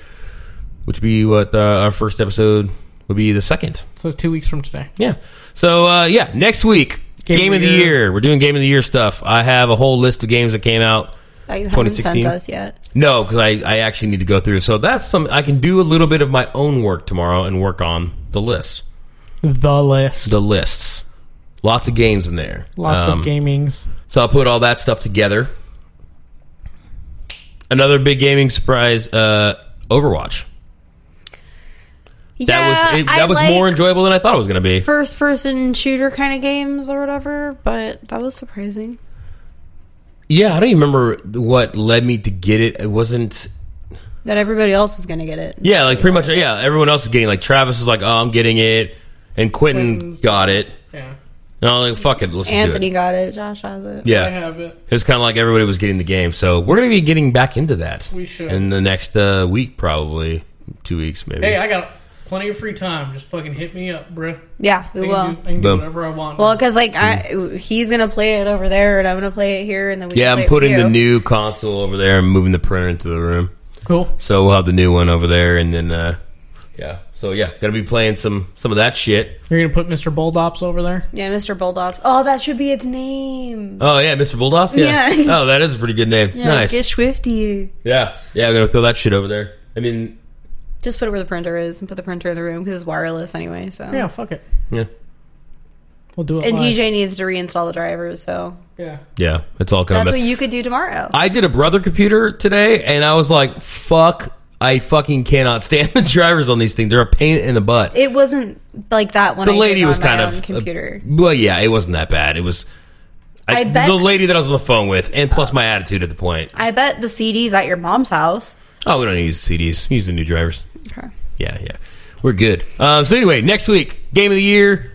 S1: which would be what uh, our first episode would be the second.
S2: So two weeks from today.
S1: Yeah. So uh, yeah, next week game, of the year. We're doing game of the year stuff. I have a whole list of games that came out.
S3: That you haven't sent
S1: 2016?
S3: us yet.
S1: No, because I, I actually need to go through. So that's some I can do a little bit of my own work tomorrow and work on the list.
S2: The list.
S1: The lists. Lots of games in there.
S2: Lots
S1: Um,
S2: of gamings.
S1: So I'll put all that stuff together. Another big gaming surprise, uh, Overwatch.
S3: Yeah,
S1: That was it, that
S3: I
S1: was
S3: like
S1: more enjoyable than I thought it was going to be.
S3: first person shooter kind of games or whatever, but that was surprising.
S1: Yeah, I don't even remember what led me to get it. It wasn't.
S3: That everybody else was going to get it.
S1: Yeah, like pretty much. Yeah, everyone else is getting. Like Travis was like, "Oh, I'm getting it," and Quentin
S2: Quentin's-
S1: got it.
S2: Yeah.
S1: And I was like, "Fuck it, let's just
S3: Anthony
S1: do
S3: got it. Josh has it.
S1: it."
S2: I
S1: Yeah,
S2: have it.
S1: it was kind of like everybody was getting the game. So we're gonna be getting back into that.
S2: We should.
S1: in the next uh, week, probably two weeks, maybe.
S2: Hey, I got plenty of free time. Just fucking hit me up, bruh.
S3: Yeah, we
S2: I can,
S3: will.
S2: do, I can do
S1: Boom.
S2: whatever I want.
S3: Well, because like I, he's gonna play it over there, and I'm gonna play it here, and then we.
S1: Mm. yeah,
S3: can
S1: I'm
S3: play it with
S1: putting the
S3: you.
S1: new console over there and moving the printer into the room.
S2: cool.
S1: So we'll have the new one over there, and then uh, yeah. So yeah, gonna be playing some some of that shit.
S2: You're gonna put Mr. Bulldops over there.
S3: Yeah, Mr. Bulldogs. Oh, that should be its name.
S1: Oh yeah, Mr. Bulldoss. Yeah. (laughs)
S3: Yeah.
S1: oh, that is a pretty good name.
S3: Yeah,
S1: nice.
S3: Get swifty.
S1: Yeah, yeah, I'm gonna throw that shit over there. I mean,
S3: Just put it where the printer is, and put the printer in the room because it's wireless anyway. So
S2: Yeah, fuck it.
S1: yeah,
S2: We'll do it.
S3: And
S2: live.
S3: TJ needs to reinstall the drivers, so
S2: Yeah.
S1: yeah, it's all kind
S3: that's
S1: of
S3: what
S1: mess.
S3: you could do tomorrow.
S1: I did a brother computer today, and I was like, "Fuck, I fucking cannot stand (laughs) the drivers on these things. They're a pain in the butt."
S3: it wasn't like that when
S1: the
S3: I
S1: lady
S3: did
S1: was
S3: on my
S1: kind
S3: own
S1: of
S3: computer.
S1: uh, well, yeah, it wasn't that bad. It was. I,
S3: I bet-
S1: the lady that I was on the phone with, and plus my attitude at the point.
S3: I bet the CD's at your mom's house.
S1: Oh, we don't use CDs. We use the new drivers.
S3: Okay.
S1: Yeah, yeah. We're good. Um, so anyway, next week, game of the year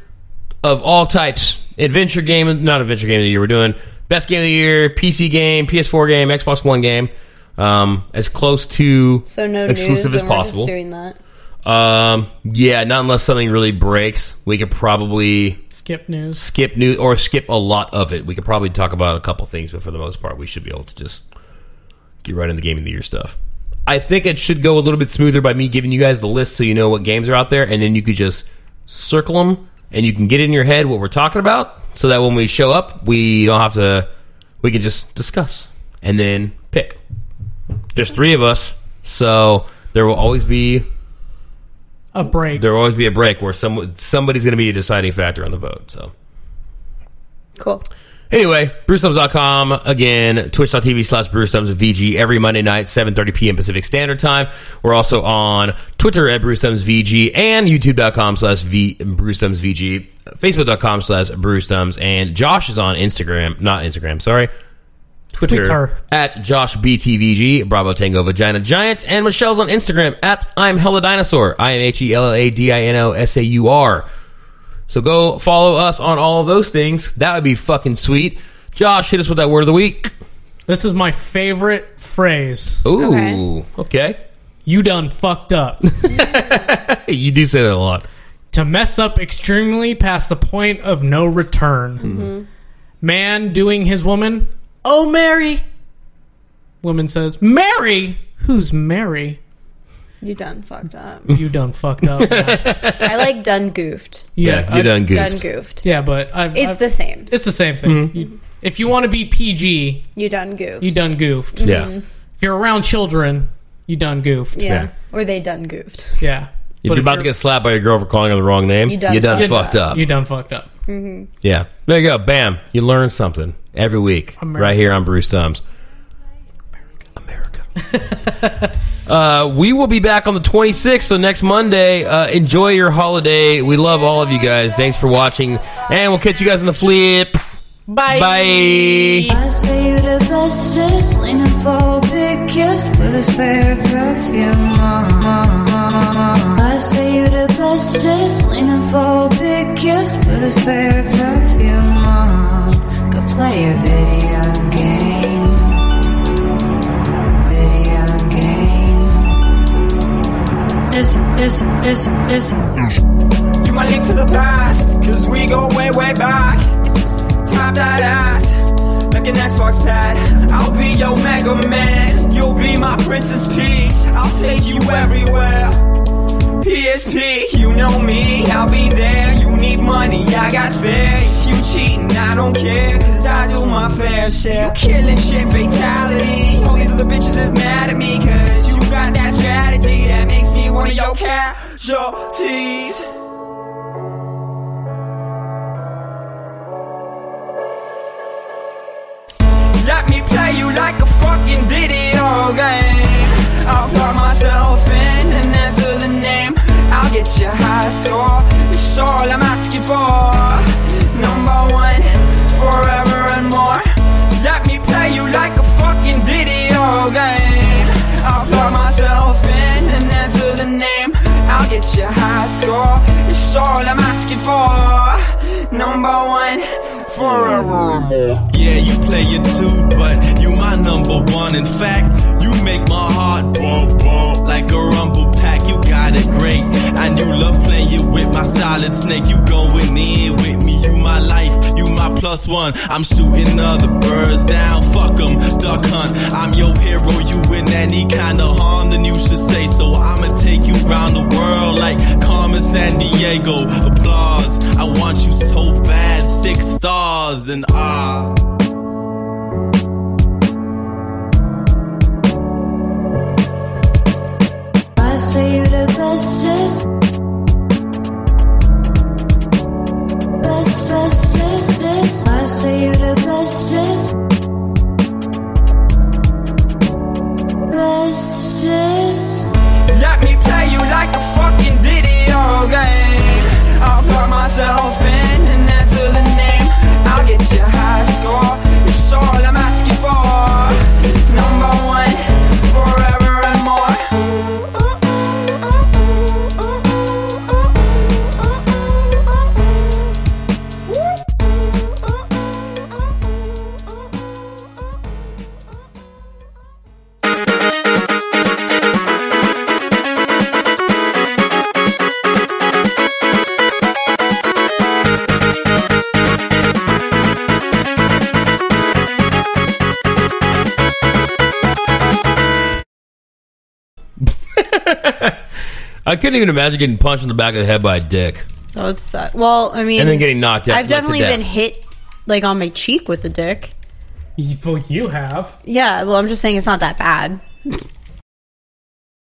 S1: of all types. Adventure game, not adventure game of the year. We're doing best game of the year, PC game, PS4 game, Xbox One game. Um, as close to
S3: So no
S1: exclusive
S3: news,
S1: as
S3: and
S1: possible.
S3: We're just doing that.
S1: um, yeah, not unless something really breaks. We could probably
S2: Skip news.
S1: skip new or skip a lot of it. We could probably talk about a couple things, but for the most part, we should be able to just get right into game of the year stuff. I think it should go a little bit smoother by me giving you guys the list so you know what games are out there, and then you could just circle them and you can get in your head what we're talking about, so that when we show up, we don't have to. We can just discuss and then pick. There's three of us, so there will always be
S2: A break.
S1: there will always be a break where some somebody's going to be a deciding factor on the vote. So.
S3: Cool.
S1: Anyway, BruceThumbs.com, again, twitch.tv slash BruceThumbsVG every Monday night, 7.30 p.m. Pacific Standard Time. We're also on Twitter at BruceThumbsVG and YouTube.com slash V- BruceThumbsVG, Facebook.com slash BruceThumbs, and Josh is on Instagram, not Instagram, sorry, Twitter,
S2: Twitter.
S1: at JoshBTVG, Bravo Tango Vagina Giant, and Michelle's on Instagram at I'm Hella Dinosaur, I M H E L L A D I N O S A U R. So go follow us on all of those things. That would be fucking sweet. Josh, hit us with that word of the week.
S2: This is my favorite phrase.
S1: Ooh, okay.
S3: Okay.
S2: You done
S1: (laughs)
S2: fucked up.
S1: Hey, you do say that a lot.
S2: to mess up extremely past the point of no return. Man doing his woman, Mm-hmm. oh, Mary. Woman says, Mary? Who's Mary?
S3: You done
S1: (laughs)
S3: fucked up.
S2: You done fucked up. man."
S3: I like done goofed.
S1: Yeah,
S2: I-
S1: you're done goofed.
S3: Done goofed.
S2: Yeah, but I've,
S3: It's
S2: I've-
S3: the same.
S2: it's the same thing. You- if you want to be PG,
S3: You done goofed.
S2: you done goofed.
S1: Yeah.
S2: If you're around children, you done goofed.
S3: yeah.
S1: yeah.
S3: Or they done goofed.
S2: Yeah.
S1: If you're about to get slapped by your girl for calling her the wrong name, you
S3: You
S1: done,
S3: done fucked
S1: fucked
S3: up.
S1: up.
S2: you done fucked up.
S1: yeah. There you go. Bam. You learn something every week
S2: America.
S1: right here on Bruce Thumbs. America. (laughs) uh, we will be back on the 26th, so next Monday. Uh, enjoy your holiday. We love all of you guys. Thanks for watching, and we'll catch you guys in the flip.
S2: Bye.
S1: Bye.
S4: I say you're the best, just leaning for a big kiss, but it's favorite perfume. I say you're the best, just leaning for a big kiss, but it's favorite perfume. Go play a video game. Video game. It's, it's, it's, it's.
S5: You my link to the past, cause we go way, way back. Top that ass, like an Xbox pad. I'll be your Mega Man, you'll be my Princess Peach. I'll take you everywhere. PSP, you know me, I'll be there. You need money, I got spare. If you cheating, I don't care, cause I do my fair share. You killing shit, fatality. All these other bitches is mad at me, cause you got that strategy that makes me one of your casualties. Let me play you like a fucking video game. I'll plug myself in and enter the name. I'll get your high score. It's all I'm asking for. Number one, forever and more. Let me play you like a fucking video game. I'll plug myself in and enter the name. I'll get your high score. It's all I'm asking for. Number one, forever and more.
S6: Yeah, you play it too, but you my number one. In fact, you make my heart bump, bump like a rumble pack. You got it great, and you love playing it with my solid snake. You going in with me, you my life, you my plus one. I'm shooting other birds down, fuck 'em, duck hunt. I'm your hero, you in any kind of harm, then you should say so. I'ma take you round the world like Carmen San Diego. Applause, I want you so bad, six stars and ah.
S4: I say you're the bestest. Best, best, best, best. I say you're the bestest. Bestest.
S5: Let me play you like a fucking video game. I'll plug myself in and enter the name. I'll get your high score. It's all I'm asking for. Number one, forever and more.
S1: I couldn't even imagine getting punched in the back of the head by a dick
S3: That would suck. Well, I mean,
S1: and then getting knocked out.
S3: I've
S1: like, to
S3: definitely
S1: death.
S3: been hit like on my cheek with a dick.
S2: You, well, you have.
S3: Yeah, well, I'm just saying it's not that bad.